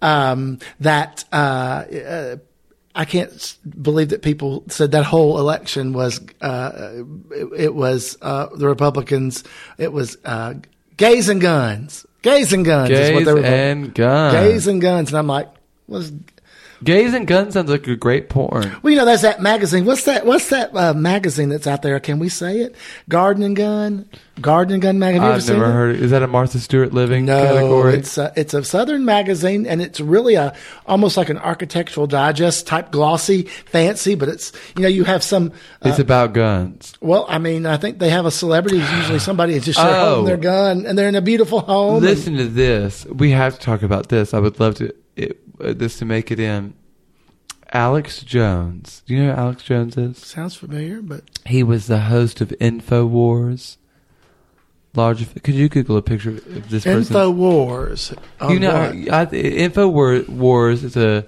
[SPEAKER 2] Um, that uh, uh, I can't s- believe that people said that whole election was. Uh, it, it was uh, the Republicans. It was uh, gays and guns. Gays and guns is what
[SPEAKER 1] Gays
[SPEAKER 2] they were. voting.
[SPEAKER 1] and guns.
[SPEAKER 2] gays
[SPEAKER 1] Gays and,
[SPEAKER 2] and guns, and I'm like, was
[SPEAKER 1] guns sounds like a great porn.
[SPEAKER 2] well, you know, there's that magazine. What's that? What's that uh, magazine that's out there? Can we say it? Garden and Gun. Garden and Gun magazine. Have you
[SPEAKER 1] I've
[SPEAKER 2] ever
[SPEAKER 1] never
[SPEAKER 2] seen it?
[SPEAKER 1] heard. Is that a Martha Stewart living
[SPEAKER 2] No,
[SPEAKER 1] category?
[SPEAKER 2] it's a, it's a Southern magazine, and it's really a almost like an architectural digest type, glossy, fancy. But it's you know you have some. Uh,
[SPEAKER 1] It's about guns.
[SPEAKER 2] well, I mean, I think they have a celebrity who's usually somebody who's just there
[SPEAKER 1] Oh.
[SPEAKER 2] holding their gun, and they're in a beautiful home. and-
[SPEAKER 1] Listen to this. We have to talk about this. I would love to it, uh, this to make it in. Alex Jones. Do you know who Alex Jones is?
[SPEAKER 2] sounds familiar, but
[SPEAKER 1] He was the host of InfoWars. Large. Could you Google a picture of this person?
[SPEAKER 2] InfoWars. on
[SPEAKER 1] you know,
[SPEAKER 2] what?
[SPEAKER 1] I, InfoWars is a.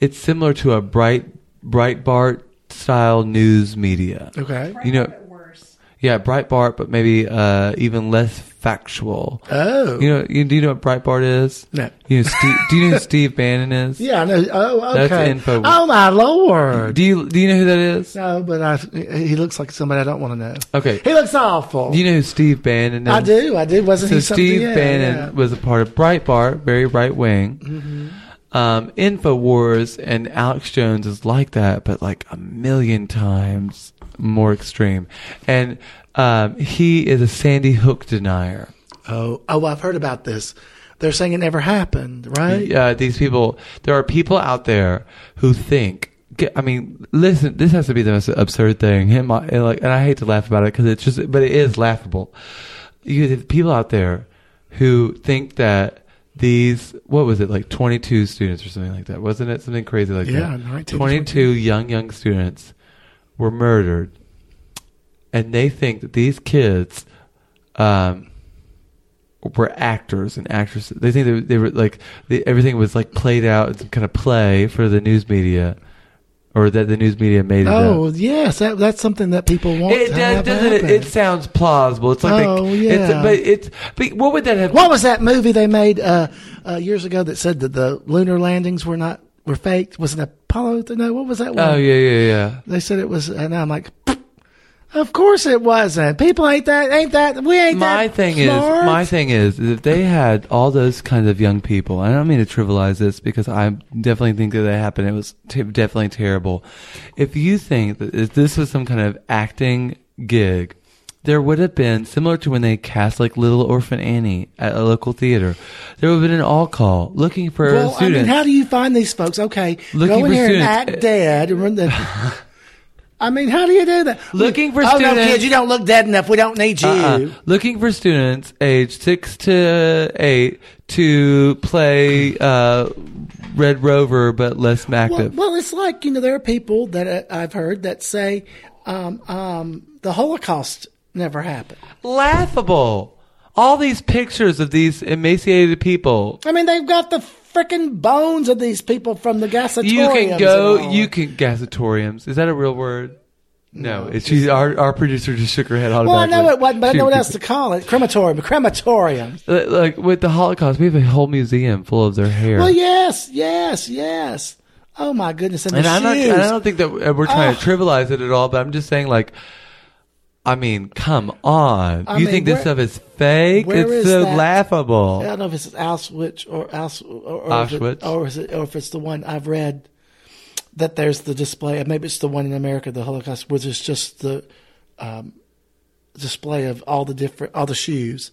[SPEAKER 1] It's similar to a bright Breitbart style news media.
[SPEAKER 2] okay.
[SPEAKER 1] You know,
[SPEAKER 4] But worse.
[SPEAKER 1] yeah, Breitbart, but maybe uh, even less factual.
[SPEAKER 2] Oh,
[SPEAKER 1] You know, you, do you know what Breitbart is?
[SPEAKER 2] No.
[SPEAKER 1] You know, Steve, do you know who Steve Bannon is?
[SPEAKER 2] yeah, I know. Oh, okay.
[SPEAKER 1] That's Infowars.
[SPEAKER 2] Oh my lord.
[SPEAKER 1] Do you do you know who that is?
[SPEAKER 2] No, but I, he looks like somebody I don't want to know.
[SPEAKER 1] Okay.
[SPEAKER 2] He looks awful.
[SPEAKER 1] Do you know who Steve Bannon is?
[SPEAKER 2] I do, I do. Wasn't
[SPEAKER 1] So
[SPEAKER 2] he something?
[SPEAKER 1] Steve
[SPEAKER 2] yeah,
[SPEAKER 1] Bannon
[SPEAKER 2] yeah.
[SPEAKER 1] was a part of Breitbart, very right wing.
[SPEAKER 2] Mm-hmm.
[SPEAKER 1] Um, Infowars and Alex Jones is like that, but like a million times more extreme. And um, he is a Sandy Hook denier.
[SPEAKER 2] Oh, oh, I've heard about this. They're saying it never happened, right?
[SPEAKER 1] uh, these people. There are people out there who think. get- I mean, listen. This has to be the most absurd thing, and, my, and like, and I hate to laugh about it because it's just, but it is laughable. You have people out there who think that these, what was it, like twenty-two students or something like that, wasn't it? Something crazy like
[SPEAKER 2] Yeah,
[SPEAKER 1] that.
[SPEAKER 2] 19,
[SPEAKER 1] twenty-two young young students were murdered, and they think that these kids. Um, were actors and actresses. They think they, they were like they, everything was like played out in some kind of play for the news media, or that the news media made it
[SPEAKER 2] Oh
[SPEAKER 1] up.
[SPEAKER 2] yes, that, that's something that people want.
[SPEAKER 1] It
[SPEAKER 2] to
[SPEAKER 1] does,
[SPEAKER 2] have
[SPEAKER 1] doesn't it?
[SPEAKER 2] happen.
[SPEAKER 1] It sounds plausible. It's like,
[SPEAKER 2] Oh,
[SPEAKER 1] they,
[SPEAKER 2] yeah.
[SPEAKER 1] it's, but it's, but what would that have?
[SPEAKER 2] What was that movie they made uh, uh, years ago that said that the lunar landings were not were faked? Was it Apollo? No, what was that one?
[SPEAKER 1] Oh yeah, yeah, yeah.
[SPEAKER 2] They said it was, and I'm like, of course it wasn't. People ain't that, ain't that, we ain't
[SPEAKER 1] my
[SPEAKER 2] that.
[SPEAKER 1] thing
[SPEAKER 2] smart."
[SPEAKER 1] is my thing is is if they had all those kinds of young people and i don't mean to trivialize this because i definitely think that that happened it was t- definitely terrible if you think that if this was some kind of acting gig there would have been similar to when they cast like Little Orphan Annie at a local theater. There would have been an all call looking for
[SPEAKER 2] Well, I
[SPEAKER 1] students.
[SPEAKER 2] mean, how do you find these folks? Okay,
[SPEAKER 1] Looking
[SPEAKER 2] go in
[SPEAKER 1] for
[SPEAKER 2] here
[SPEAKER 1] students.
[SPEAKER 2] and act dead. And run the, I mean, how do you do that?
[SPEAKER 1] Looking for
[SPEAKER 2] oh, no,
[SPEAKER 1] students-
[SPEAKER 2] kids, you don't look dead enough. We don't need you.
[SPEAKER 1] Uh-uh. Looking for students age six to eight to play uh, Red Rover, but less
[SPEAKER 2] Well,
[SPEAKER 1] active.
[SPEAKER 2] well, it's like you know there are people that uh, I've heard that say um, um, the Holocaust never happened.
[SPEAKER 1] laughable. All these pictures of these emaciated people.
[SPEAKER 2] I mean, they've got the freaking bones of these people from the gasatoriums.
[SPEAKER 1] You can
[SPEAKER 2] and
[SPEAKER 1] go.
[SPEAKER 2] all.
[SPEAKER 1] You can gasatoriums. Is that a real word? No. it's she, our our producer just shook her head.
[SPEAKER 2] Well, I know
[SPEAKER 1] automatically.
[SPEAKER 2] it wasn't, but I
[SPEAKER 1] She-
[SPEAKER 2] know what else to call it. Crematorium, crematorium.
[SPEAKER 1] Like like, with the Holocaust, we have a whole museum full of their hair.
[SPEAKER 2] Well, yes, yes, yes. Oh my goodness, and,
[SPEAKER 1] and
[SPEAKER 2] the
[SPEAKER 1] I'm not,
[SPEAKER 2] shoes.
[SPEAKER 1] and I don't think that we're trying to trivialize it at all. But I'm just saying, like, I mean, come on.
[SPEAKER 2] I
[SPEAKER 1] you
[SPEAKER 2] mean,
[SPEAKER 1] think
[SPEAKER 2] where-
[SPEAKER 1] this stuff is fake?
[SPEAKER 2] where
[SPEAKER 1] It's
[SPEAKER 2] is
[SPEAKER 1] so
[SPEAKER 2] that?
[SPEAKER 1] laughable.
[SPEAKER 2] I don't know if it's Auschwitz or Aus, or, or
[SPEAKER 1] Auschwitz.
[SPEAKER 2] or, is it, or if it's the one I've read that there's the display. and Maybe it's the one in America, the Holocaust, where there's just the um, display of all the different all the shoes.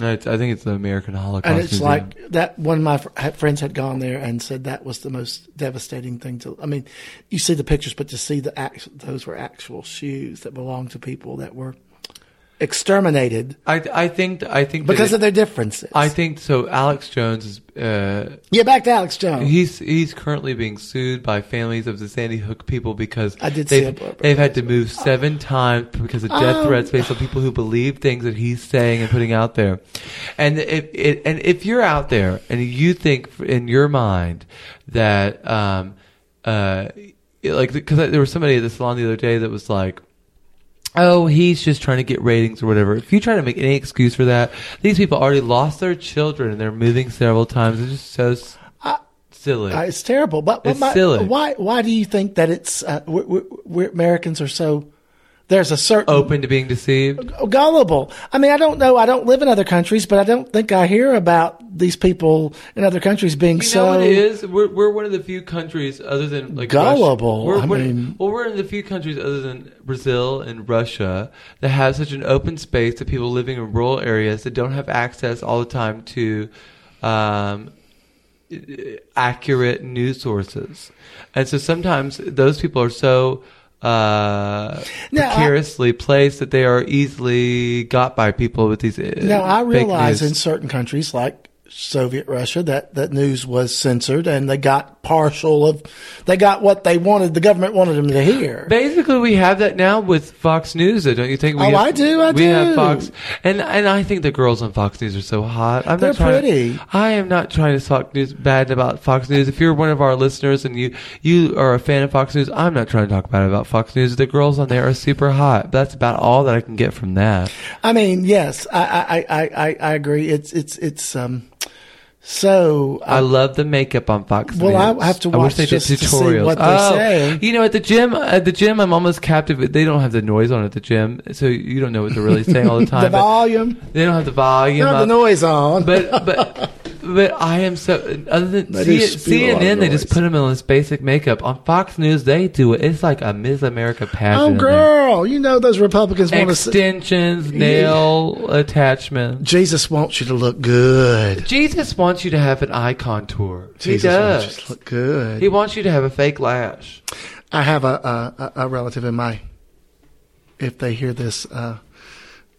[SPEAKER 1] No, it's- I think it's the American Holocaust.
[SPEAKER 2] and it's
[SPEAKER 1] Museum.
[SPEAKER 2] like that one of my fr- had- friends had gone there and said that was the most devastating thing to i mean you see the pictures but to see the act those were actual shoes that belonged to people that were exterminated
[SPEAKER 1] I, I think I think that
[SPEAKER 2] because
[SPEAKER 1] it-
[SPEAKER 2] of their differences
[SPEAKER 1] I think so. Alex Jones is uh,
[SPEAKER 2] yeah back to alex jones
[SPEAKER 1] he's he's currently being sued by families of the Sandy Hook people because
[SPEAKER 2] I did see a
[SPEAKER 1] they've,
[SPEAKER 2] blurb.
[SPEAKER 1] they've had to move seven times because of death
[SPEAKER 2] Um,
[SPEAKER 1] threats based on people who believe things that he's saying and putting out there. And if it, and if you're out there and you think in your mind that um uh like because there was somebody at the salon the other day that was like oh, he's just trying to get ratings or whatever. If you try to make any excuse for that, these people already lost their children and they're moving several times. It's just so s- silly.
[SPEAKER 2] Uh, it's terrible but, but
[SPEAKER 1] It's
[SPEAKER 2] my-
[SPEAKER 1] silly.
[SPEAKER 2] why why do you think that it's uh, we're, we're, we're americans are so there's a certain Oh,
[SPEAKER 1] Open to being deceived.
[SPEAKER 2] gullible. I mean, I don't know. I don't live in other countries, but I don't think I hear about these people in other countries being
[SPEAKER 1] You
[SPEAKER 2] so.
[SPEAKER 1] know what it is? We're, we're one of the few countries other than like
[SPEAKER 2] Gullible,
[SPEAKER 1] Russia-
[SPEAKER 2] I
[SPEAKER 1] We're, we're-
[SPEAKER 2] mean-
[SPEAKER 1] well, we're in the few countries other than Brazil and Russia that have such an open space to people living in rural areas that don't have access all the time to um, accurate news sources. And so sometimes those people are so uh,
[SPEAKER 2] Now, I-
[SPEAKER 1] precariously placed that they are easily got by people with these. uh,
[SPEAKER 2] Now I
[SPEAKER 1] fake
[SPEAKER 2] realize
[SPEAKER 1] news.
[SPEAKER 2] in certain countries like Soviet Russia that that news was censored and they got partial of they got what they wanted the government wanted them to hear.
[SPEAKER 1] Basically, we have that now with Fox News, though, don't you think? We
[SPEAKER 2] Oh,
[SPEAKER 1] have,
[SPEAKER 2] I do, I
[SPEAKER 1] we
[SPEAKER 2] do.
[SPEAKER 1] have Fox, and and I think the girls on Fox News are so hot. I'm
[SPEAKER 2] They're
[SPEAKER 1] not trying
[SPEAKER 2] pretty.
[SPEAKER 1] To, I am not trying to talk news bad about Fox News. If you're one of our listeners and you you are a fan of Fox News, I'm not trying to talk bad about Fox News. The girls on there are super hot. That's about all that I can get from that.
[SPEAKER 2] I mean, yes, I I, I, I I agree. It's it's it's um so
[SPEAKER 1] I love the makeup on Fox.
[SPEAKER 2] Um, Well, I
[SPEAKER 1] News.
[SPEAKER 2] have to watch
[SPEAKER 1] wish they
[SPEAKER 2] just to
[SPEAKER 1] did
[SPEAKER 2] see
[SPEAKER 1] tutorials.
[SPEAKER 2] what they
[SPEAKER 1] oh,
[SPEAKER 2] say.
[SPEAKER 1] You know, at the gym, at the gym, I'm almost captivated. They don't have the noise on at the gym, so you don't know what they're really saying all the time.
[SPEAKER 2] the
[SPEAKER 1] but-
[SPEAKER 2] volume,
[SPEAKER 1] They don't have the volume.
[SPEAKER 2] not the
[SPEAKER 1] up.
[SPEAKER 2] noise on.
[SPEAKER 1] But but but I am so. Other than
[SPEAKER 2] They
[SPEAKER 1] C-
[SPEAKER 2] do spew a lot of
[SPEAKER 1] CNN, they just
[SPEAKER 2] noise.
[SPEAKER 1] put them in this basic makeup. On Fox News, they do it. It's like a Miss America pageant.
[SPEAKER 2] oh
[SPEAKER 1] in there.
[SPEAKER 2] girl, you know those Republicans want to see
[SPEAKER 1] Extensions, nail attachments.
[SPEAKER 2] Jesus wants you to look good.
[SPEAKER 1] Jesus wants you to have an eye contour.
[SPEAKER 2] Jesus
[SPEAKER 1] he
[SPEAKER 2] wants you
[SPEAKER 1] does.
[SPEAKER 2] to look good.
[SPEAKER 1] He wants you to have a fake lash.
[SPEAKER 2] I have a, a a- a relative in my. If they hear this, uh,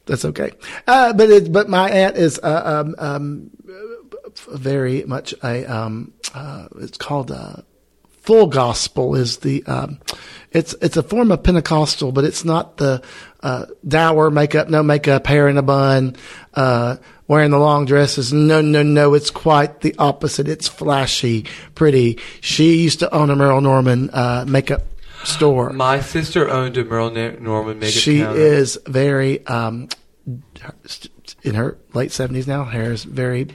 [SPEAKER 2] that's okay. Uh, but it, but my aunt is uh, um, um, very much a um, uh, it's called a full gospel is the um, it's it's a form of Pentecostal, but it's not the uh, dour makeup, no makeup, hair in a bun, uh, wearing the long dresses. No, no, no, it's quite the opposite. It's flashy, pretty. She used to own a Merle Norman uh, makeup store.
[SPEAKER 1] My sister owned a Merle Nor- Norman makeup
[SPEAKER 2] she
[SPEAKER 1] counter.
[SPEAKER 2] is very um, in her late seventies now. Hair is very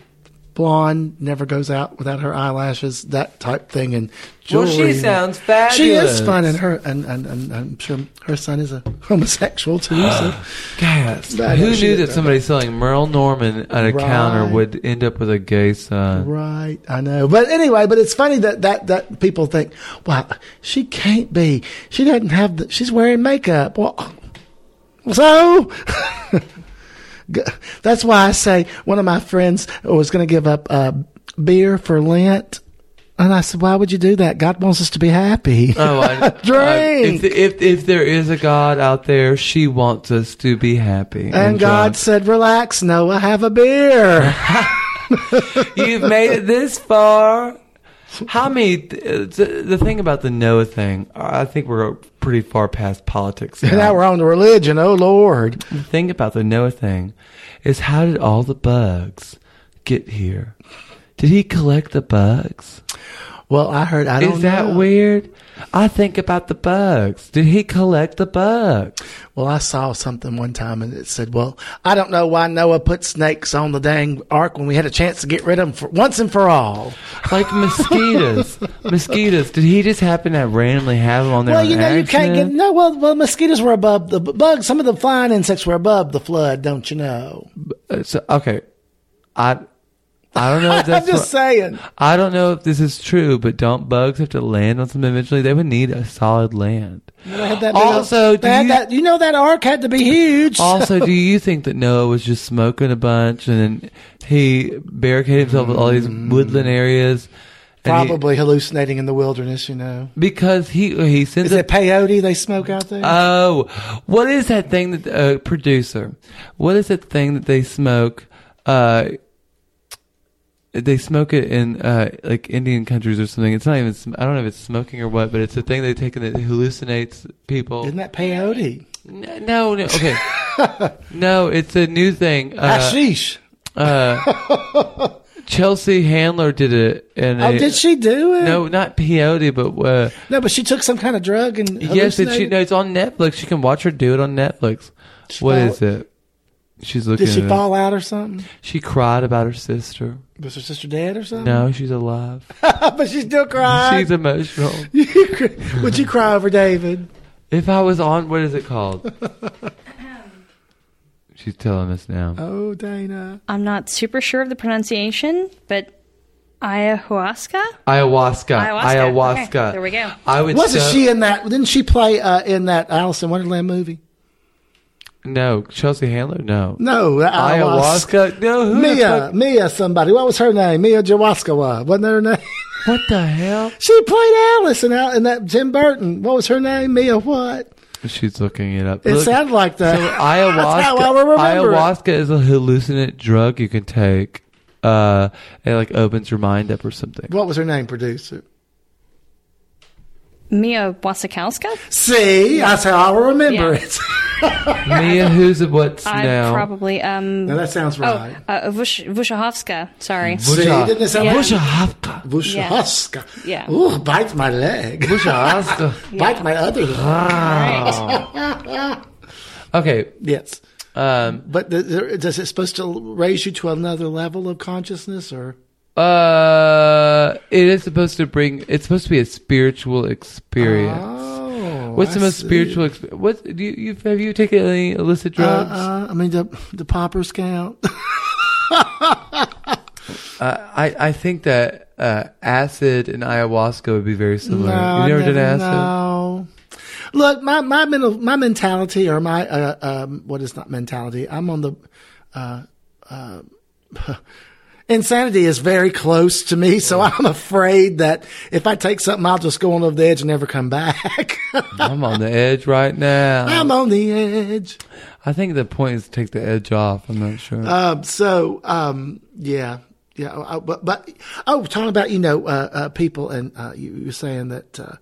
[SPEAKER 2] blonde, never goes out without her eyelashes, that type thing, and
[SPEAKER 1] Well,
[SPEAKER 2] jewelry.
[SPEAKER 1] she sounds
[SPEAKER 2] She
[SPEAKER 1] fabulous.
[SPEAKER 2] is fun, and her and, and, and I'm sure her son is a homosexual too. so.
[SPEAKER 1] Gasp.
[SPEAKER 2] That
[SPEAKER 1] Who
[SPEAKER 2] is-
[SPEAKER 1] knew that somebody selling Merle Norman at a
[SPEAKER 2] Right.
[SPEAKER 1] counter would end up with a gay son?
[SPEAKER 2] Right, I know. But anyway, but it's funny that that that people think, well, she can't be. She doesn't have the. She's wearing makeup. Well, so. G- That's why I say one of my friends was going to give up uh, beer for Lent, and I said, "Why would you do that? God wants us to be happy."
[SPEAKER 1] Oh, I, I- if,
[SPEAKER 2] Drink.
[SPEAKER 1] if if there is a God out there, she wants us to be happy.
[SPEAKER 2] and God
[SPEAKER 1] drunk.
[SPEAKER 2] said, "Relax, Noah. Have a beer."
[SPEAKER 1] You've made it this far. How many? Th- th- the thing about the Noah thing, I think we're pretty far past politics. Now.
[SPEAKER 2] now we're on to religion. Oh Lord,
[SPEAKER 1] the thing about the Noah thing is, how did all the bugs get here? Did he collect the bugs?
[SPEAKER 2] well, I heard. I don't
[SPEAKER 1] Is that
[SPEAKER 2] know.
[SPEAKER 1] weird? I think about the bugs. Did he collect the bugs?
[SPEAKER 2] Well, I saw something one time and it said, well, I don't know why Noah put snakes on the dang ark when we had a chance to get rid of them for, once and for all.
[SPEAKER 1] Like mosquitoes. mosquitoes. Did he just happen to randomly have them on there?
[SPEAKER 2] Well,
[SPEAKER 1] on
[SPEAKER 2] you know, you can't get,
[SPEAKER 1] accident?
[SPEAKER 2] no, well, well, mosquitoes were above the bugs. Some of the flying insects were above the flood, don't you know?
[SPEAKER 1] Uh, So, okay. I. I don't know. If
[SPEAKER 2] I'm
[SPEAKER 1] that's
[SPEAKER 2] just
[SPEAKER 1] what-
[SPEAKER 2] saying.
[SPEAKER 1] I don't know if this is true, but don't bugs have to land on something eventually? They would need a solid land.
[SPEAKER 2] They had that big old-
[SPEAKER 1] Also, do
[SPEAKER 2] they had
[SPEAKER 1] you,
[SPEAKER 2] that, you know, that ark had to be huge.
[SPEAKER 1] also, do you think that Noah was just smoking a bunch and then he barricaded himself with all these
[SPEAKER 2] Mm.
[SPEAKER 1] woodland areas? and he-
[SPEAKER 2] Probably hallucinating in the wilderness, you know.
[SPEAKER 1] because he he sends
[SPEAKER 2] Is
[SPEAKER 1] a
[SPEAKER 2] it peyote they smoke out there?
[SPEAKER 1] Oh, what is that thing that uh, producer? What is that thing that they smoke? Uh, they smoke it in uh, like Indian countries or something. It's not even. sm- I don't know if it's smoking or what, but it's a thing they take and it hallucinates people.
[SPEAKER 2] Isn't that peyote?
[SPEAKER 1] N- no, no, okay, no, it's a new thing. Uh,
[SPEAKER 2] Hashish.
[SPEAKER 1] uh, Chelsea Handler did it. In
[SPEAKER 2] Oh,
[SPEAKER 1] a-
[SPEAKER 2] did she do it?
[SPEAKER 1] No, not peyote, but uh,
[SPEAKER 2] No, but she took some kind of drug and
[SPEAKER 1] Yes, and she
[SPEAKER 2] hallucinated?
[SPEAKER 1] no, it's on Netflix. You can watch her do it on Netflix.
[SPEAKER 2] She
[SPEAKER 1] What
[SPEAKER 2] fall-
[SPEAKER 1] is it? She's looking.
[SPEAKER 2] Did she
[SPEAKER 1] it up.
[SPEAKER 2] fall out or something?
[SPEAKER 1] She cried about her sister.
[SPEAKER 2] Was her sister dead or something?
[SPEAKER 1] No, she's alive.
[SPEAKER 2] but she still cried.
[SPEAKER 1] she's emotional.
[SPEAKER 2] Would you cry over David?
[SPEAKER 1] If I was on, what is it called? she's telling us now.
[SPEAKER 2] Oh, Dana.
[SPEAKER 5] I'm not super sure of the pronunciation, but ayahuasca?
[SPEAKER 1] Ayahuasca.
[SPEAKER 5] Ayahuasca.
[SPEAKER 1] Ayahuasca.
[SPEAKER 5] Okay, there we go.
[SPEAKER 1] I would.
[SPEAKER 2] Wasn't
[SPEAKER 1] so-
[SPEAKER 2] she in that? Didn't she play uh, in that Alice in Wonderland movie?
[SPEAKER 1] No, Chelsea Handler. No.
[SPEAKER 2] No, that ayahuasca.
[SPEAKER 1] Ayahuasca. No. Who the
[SPEAKER 2] Mia,
[SPEAKER 1] fuck-
[SPEAKER 2] Mia, somebody. What was her name? Mia Jawaskawa. Wasn't that her name?
[SPEAKER 1] What the hell?
[SPEAKER 2] she played Alice in, Al- in that Tim Burton. What was her name? Mia what?
[SPEAKER 1] She's looking it up.
[SPEAKER 2] It
[SPEAKER 1] Look-
[SPEAKER 2] sounded like that.
[SPEAKER 1] So ayahuasca,
[SPEAKER 2] That's how I remember it.
[SPEAKER 1] ayahuasca is a hallucinant drug you can take. Uh, it like opens your mind up or something.
[SPEAKER 2] What was her name, producer?
[SPEAKER 5] Mia Wasikowska?
[SPEAKER 2] See, that's how I remember
[SPEAKER 5] Yeah.
[SPEAKER 2] it.
[SPEAKER 1] Mia, who's a what's
[SPEAKER 5] I
[SPEAKER 1] now?
[SPEAKER 5] probably um
[SPEAKER 2] now that sounds
[SPEAKER 5] Oh,
[SPEAKER 2] right.
[SPEAKER 5] uh, Vush, Vushahovska. Sorry.
[SPEAKER 2] See, didn't it sound
[SPEAKER 5] Yeah.
[SPEAKER 2] like
[SPEAKER 1] Ayahuasca.
[SPEAKER 2] Vushahovska.
[SPEAKER 5] Yeah.
[SPEAKER 2] Ooh, bite my leg.
[SPEAKER 1] Ayahuasca.
[SPEAKER 2] Bite my other leg.
[SPEAKER 5] Right.
[SPEAKER 1] Ah. okay.
[SPEAKER 2] Yes.
[SPEAKER 1] Um.
[SPEAKER 2] But th- there- does it supposed to raise you to another level of consciousness or?
[SPEAKER 1] Uh. It is supposed to bring. It's supposed to be a spiritual experience.
[SPEAKER 2] Oh,
[SPEAKER 1] What's the
[SPEAKER 2] I
[SPEAKER 1] most
[SPEAKER 2] see.
[SPEAKER 1] spiritual? Exp- what do you, you have you taken any illicit
[SPEAKER 2] Uh,
[SPEAKER 1] drugs?
[SPEAKER 2] uh, I mean, the the poppers count. uh,
[SPEAKER 1] I, I think that uh, acid and ayahuasca would be very similar.
[SPEAKER 2] No,
[SPEAKER 1] you
[SPEAKER 2] I
[SPEAKER 1] never, did
[SPEAKER 2] never-
[SPEAKER 1] acid?
[SPEAKER 2] No. Look, my my mental my mentality or my uh, um, what is not mentality? I'm on the uh, uh, insanity is very close to me, so I'm afraid that if I take something, I'll just go on over the edge and never come back.
[SPEAKER 1] I'm on the edge right now.
[SPEAKER 2] I'm on the edge.
[SPEAKER 1] I think the point is to take the edge off. I'm not sure.
[SPEAKER 2] Um, so um, yeah, yeah. I, I- but but oh, talking about you know uh, uh, people and uh, you, you were saying that uh,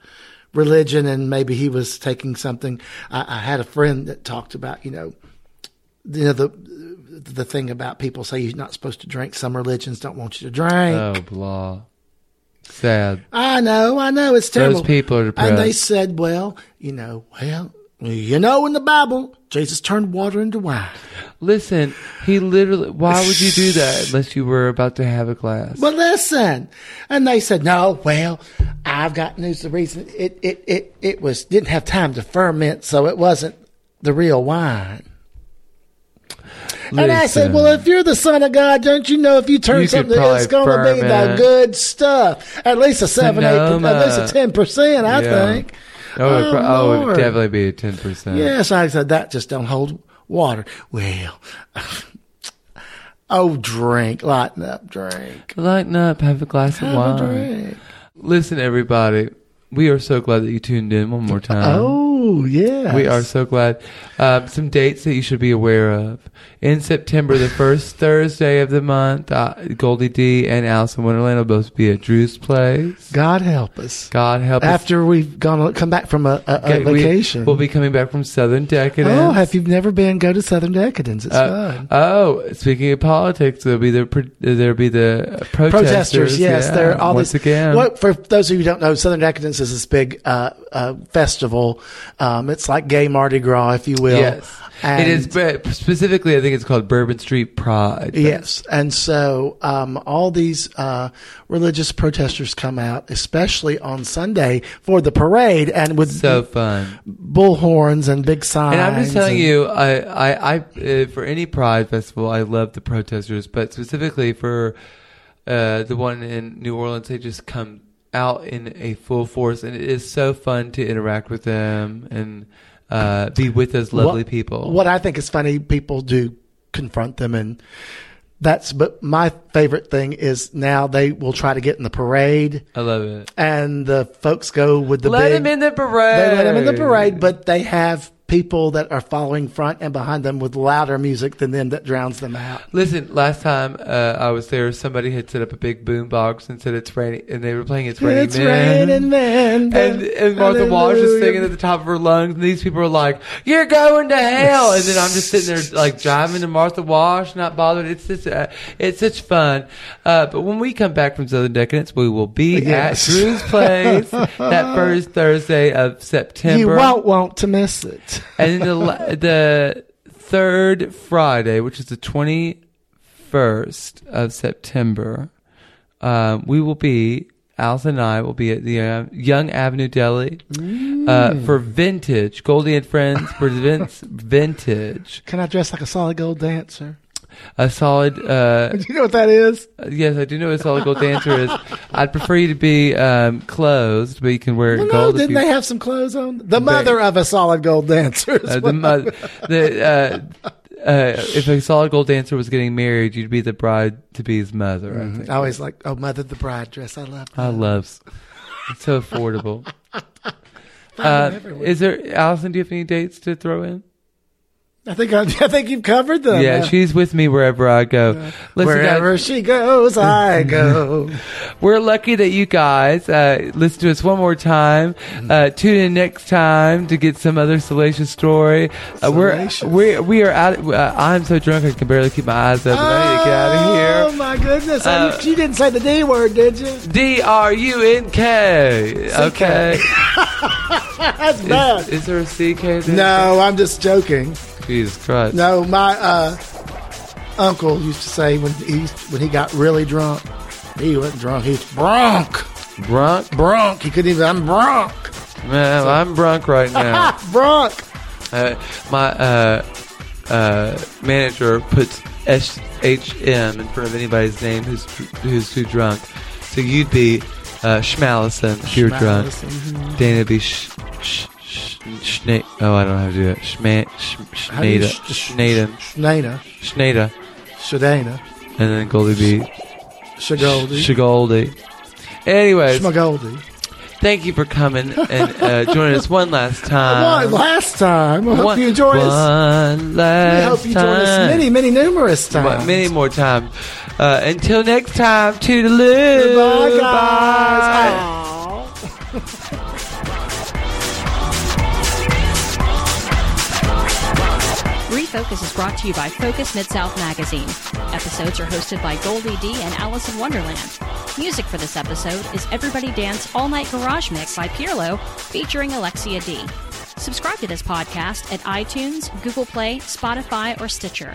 [SPEAKER 2] religion and maybe he was taking something. I, I had a friend that talked about you know you know the the thing about people say you're not supposed to drink. Some religions don't want you to drink.
[SPEAKER 1] oh, blah. Sad.
[SPEAKER 2] I know, I know, it's terrible.
[SPEAKER 1] people are
[SPEAKER 2] And they
[SPEAKER 1] depressed.
[SPEAKER 2] said, well, you know, well, you know, in the Bible, Jesus turned water into wine.
[SPEAKER 1] Listen, he literally. Why would you do that unless you were about to have a glass?
[SPEAKER 2] But listen, and they said, no, well, I've got news. The reason it, it, it, it was, didn't have time to ferment, so it wasn't the real wine. And I
[SPEAKER 1] Listen.
[SPEAKER 2] said, well, uh, if you're the son of God, don't you know if you turn
[SPEAKER 1] You could
[SPEAKER 2] something, it's
[SPEAKER 1] probably
[SPEAKER 2] going to be the
[SPEAKER 1] ferment.
[SPEAKER 2] good stuff. At least a seven, eight, at least a
[SPEAKER 1] Sonoma.
[SPEAKER 2] 10%, I
[SPEAKER 1] Yeah.
[SPEAKER 2] think.
[SPEAKER 1] Oh, it, pro- oh, it would
[SPEAKER 2] Lord.
[SPEAKER 1] definitely be a ten percent.
[SPEAKER 2] Yes, I said that just don't hold water. Well, oh, drink, lighten up, drink,
[SPEAKER 1] Lighten up, have a glass of
[SPEAKER 2] Have a
[SPEAKER 1] wine.
[SPEAKER 2] drink.
[SPEAKER 1] Listen, everybody, we are so glad that you tuned in one more time.
[SPEAKER 2] Oh, yeah,
[SPEAKER 1] We are so glad. Um, some dates that you should be aware of. In September, the first Thursday of the month, uh, Goldie D and Alice in Wonderland will both be at Drew's Place.
[SPEAKER 2] God help us.
[SPEAKER 1] God help us.
[SPEAKER 2] After we've gone, come back from a, a, a
[SPEAKER 1] Okay, Uh, we-
[SPEAKER 2] vacation.
[SPEAKER 1] We'll be coming back from Southern Decadence.
[SPEAKER 2] oh, if you've never been, go to Southern Decadence. It's
[SPEAKER 1] Uh,
[SPEAKER 2] fun.
[SPEAKER 1] oh, speaking of politics, there'll be the pro- there'll be the protesters.
[SPEAKER 2] Protesters, yes,
[SPEAKER 1] yeah,
[SPEAKER 2] they're all
[SPEAKER 1] once
[SPEAKER 2] these.
[SPEAKER 1] again.
[SPEAKER 2] Well, for those of you who don't know, Southern Decadence is this big uh, uh, festival. Um, it's like gay Mardi Gras, if you will.
[SPEAKER 1] Yes, it is. But specifically, I think it's called Bourbon Street Pride.
[SPEAKER 2] Yes, and so um, all these uh, religious protesters come out, especially on Sunday for the parade, and with
[SPEAKER 1] so fun.
[SPEAKER 2] bullhorns and big signs.
[SPEAKER 1] And I'm just telling
[SPEAKER 2] and-
[SPEAKER 1] you, I, I, I uh, for any Pride festival, I love the protesters, but specifically for uh, the one in New Orleans, they just come out in a full force, and it is so fun to interact with them and uh, be with those lovely
[SPEAKER 2] what,
[SPEAKER 1] people.
[SPEAKER 2] What I think is funny, people do confront them, and that's. But my favorite thing is now they will try to get in the parade,
[SPEAKER 1] I love it.
[SPEAKER 2] and the folks go with the
[SPEAKER 1] let
[SPEAKER 2] big,
[SPEAKER 1] him in the parade.
[SPEAKER 2] They let them in the parade, but they have people that are following front and behind them with louder music than them that drowns them out.
[SPEAKER 1] Listen, last time uh, I was there, somebody had set up a big boom box and said it's raining, and they were playing "It's Raining
[SPEAKER 2] It's
[SPEAKER 1] Men."
[SPEAKER 2] raining men.
[SPEAKER 1] and and Martha Wash is singing at
[SPEAKER 2] Hallelujah.
[SPEAKER 1] the top of her lungs, and these people are like, "You're going to hell," and then I'm just sitting there like driving to Martha Wash, not bothered. It's just uh, it's such fun. Uh, but when we come back from Southern Decadence, we will be
[SPEAKER 2] Yes.
[SPEAKER 1] at Drew's place that first Thursday of
[SPEAKER 2] You
[SPEAKER 1] September,
[SPEAKER 2] won't want to miss it.
[SPEAKER 1] and then the la- the third Friday, which is the twenty first of September, um, we will be. Alice and I will be at the uh, Young Avenue Deli uh,
[SPEAKER 2] Mm.
[SPEAKER 1] for vintage Goldie and Friends presents vintage
[SPEAKER 2] Can I dress like a solid gold dancer?
[SPEAKER 1] a solid. Uh,
[SPEAKER 2] Do you know what that is?
[SPEAKER 1] yes, I do know what a solid gold dancer is. I'd prefer you to be um, closed, but you can wear
[SPEAKER 2] Well, no,
[SPEAKER 1] gold. if
[SPEAKER 2] didn't
[SPEAKER 1] you-
[SPEAKER 2] they have some clothes on? The mother of a solid gold dancer. is
[SPEAKER 1] Uh, the
[SPEAKER 2] what-
[SPEAKER 1] mo- the uh, uh, if a solid gold dancer was getting married, you'd be the bride to be's mother. I think.
[SPEAKER 2] I always like, oh, mother the bride dress. I love.
[SPEAKER 1] I love s- it's so affordable.
[SPEAKER 2] them
[SPEAKER 1] Uh,
[SPEAKER 2] everywhere.
[SPEAKER 1] is there Allison? Do you have any dates to throw in?
[SPEAKER 2] I think I, I think you've covered them.
[SPEAKER 1] yeah,
[SPEAKER 2] Uh,
[SPEAKER 1] she's with me wherever I go. Listen, guys,
[SPEAKER 2] Wherever she goes, I go.
[SPEAKER 1] We're lucky that you guys uh, listen to us one more time.
[SPEAKER 2] Mm.
[SPEAKER 1] Uh, tune in next time to get some other salacious story. Uh, we're,
[SPEAKER 2] Salacious.
[SPEAKER 1] we're we are out. Uh, I'm so drunk I can barely keep my eyes open. I need to get out
[SPEAKER 2] Oh
[SPEAKER 1] of here.
[SPEAKER 2] my goodness! I-
[SPEAKER 1] Uh,
[SPEAKER 2] you didn't say the D word, did you?
[SPEAKER 1] D R U N K. Okay.
[SPEAKER 2] That's
[SPEAKER 1] Is,
[SPEAKER 2] bad.
[SPEAKER 1] is there a C K? there?
[SPEAKER 2] No, I'm just joking.
[SPEAKER 1] Jesus Christ.
[SPEAKER 2] No, my uh, uncle used to say when he when he got really drunk, he wasn't drunk. He's drunk,
[SPEAKER 1] Brunk.
[SPEAKER 2] drunk. He couldn't even. I'm drunk,
[SPEAKER 1] Man, I'm drunk right now.
[SPEAKER 2] drunk.
[SPEAKER 1] Uh, my uh, uh, manager puts SHM in front of anybody's name who's who's too drunk. So you'd be uh, Schmalison if you're drunk. Dana be sh- sh- sh- Schne- Oh, I don't know how to do it. Schma- sh-
[SPEAKER 2] How do you
[SPEAKER 1] Schnaden.
[SPEAKER 2] sh-
[SPEAKER 1] Schnaden.
[SPEAKER 2] Shana,
[SPEAKER 1] Schnader.
[SPEAKER 2] Shadana,
[SPEAKER 1] And then Goldie be
[SPEAKER 2] Shagoldi,
[SPEAKER 1] Shigoldi. Anyways,
[SPEAKER 2] Shmagoldi.
[SPEAKER 1] thank you for coming and uh, joining us one last time.
[SPEAKER 2] One last time. I hope
[SPEAKER 1] One-
[SPEAKER 2] you enjoy us.
[SPEAKER 1] One
[SPEAKER 2] I
[SPEAKER 1] last
[SPEAKER 2] hope you join us
[SPEAKER 1] time.
[SPEAKER 2] many, many, numerous
[SPEAKER 1] But
[SPEAKER 2] times.
[SPEAKER 1] many more times. Uh, until next time, toodaloo.
[SPEAKER 2] Goodbye, guys.
[SPEAKER 1] Bye.
[SPEAKER 2] Aw.
[SPEAKER 5] Refocus is brought to you by Focus Mid South Magazine. Episodes are hosted by Goldie D and Alice in Wonderland. Music for this episode is Everybody Dance All Night Garage Mix by Pierlo, featuring Alexia D. Subscribe to this podcast at iTunes, Google Play, Spotify, or Stitcher.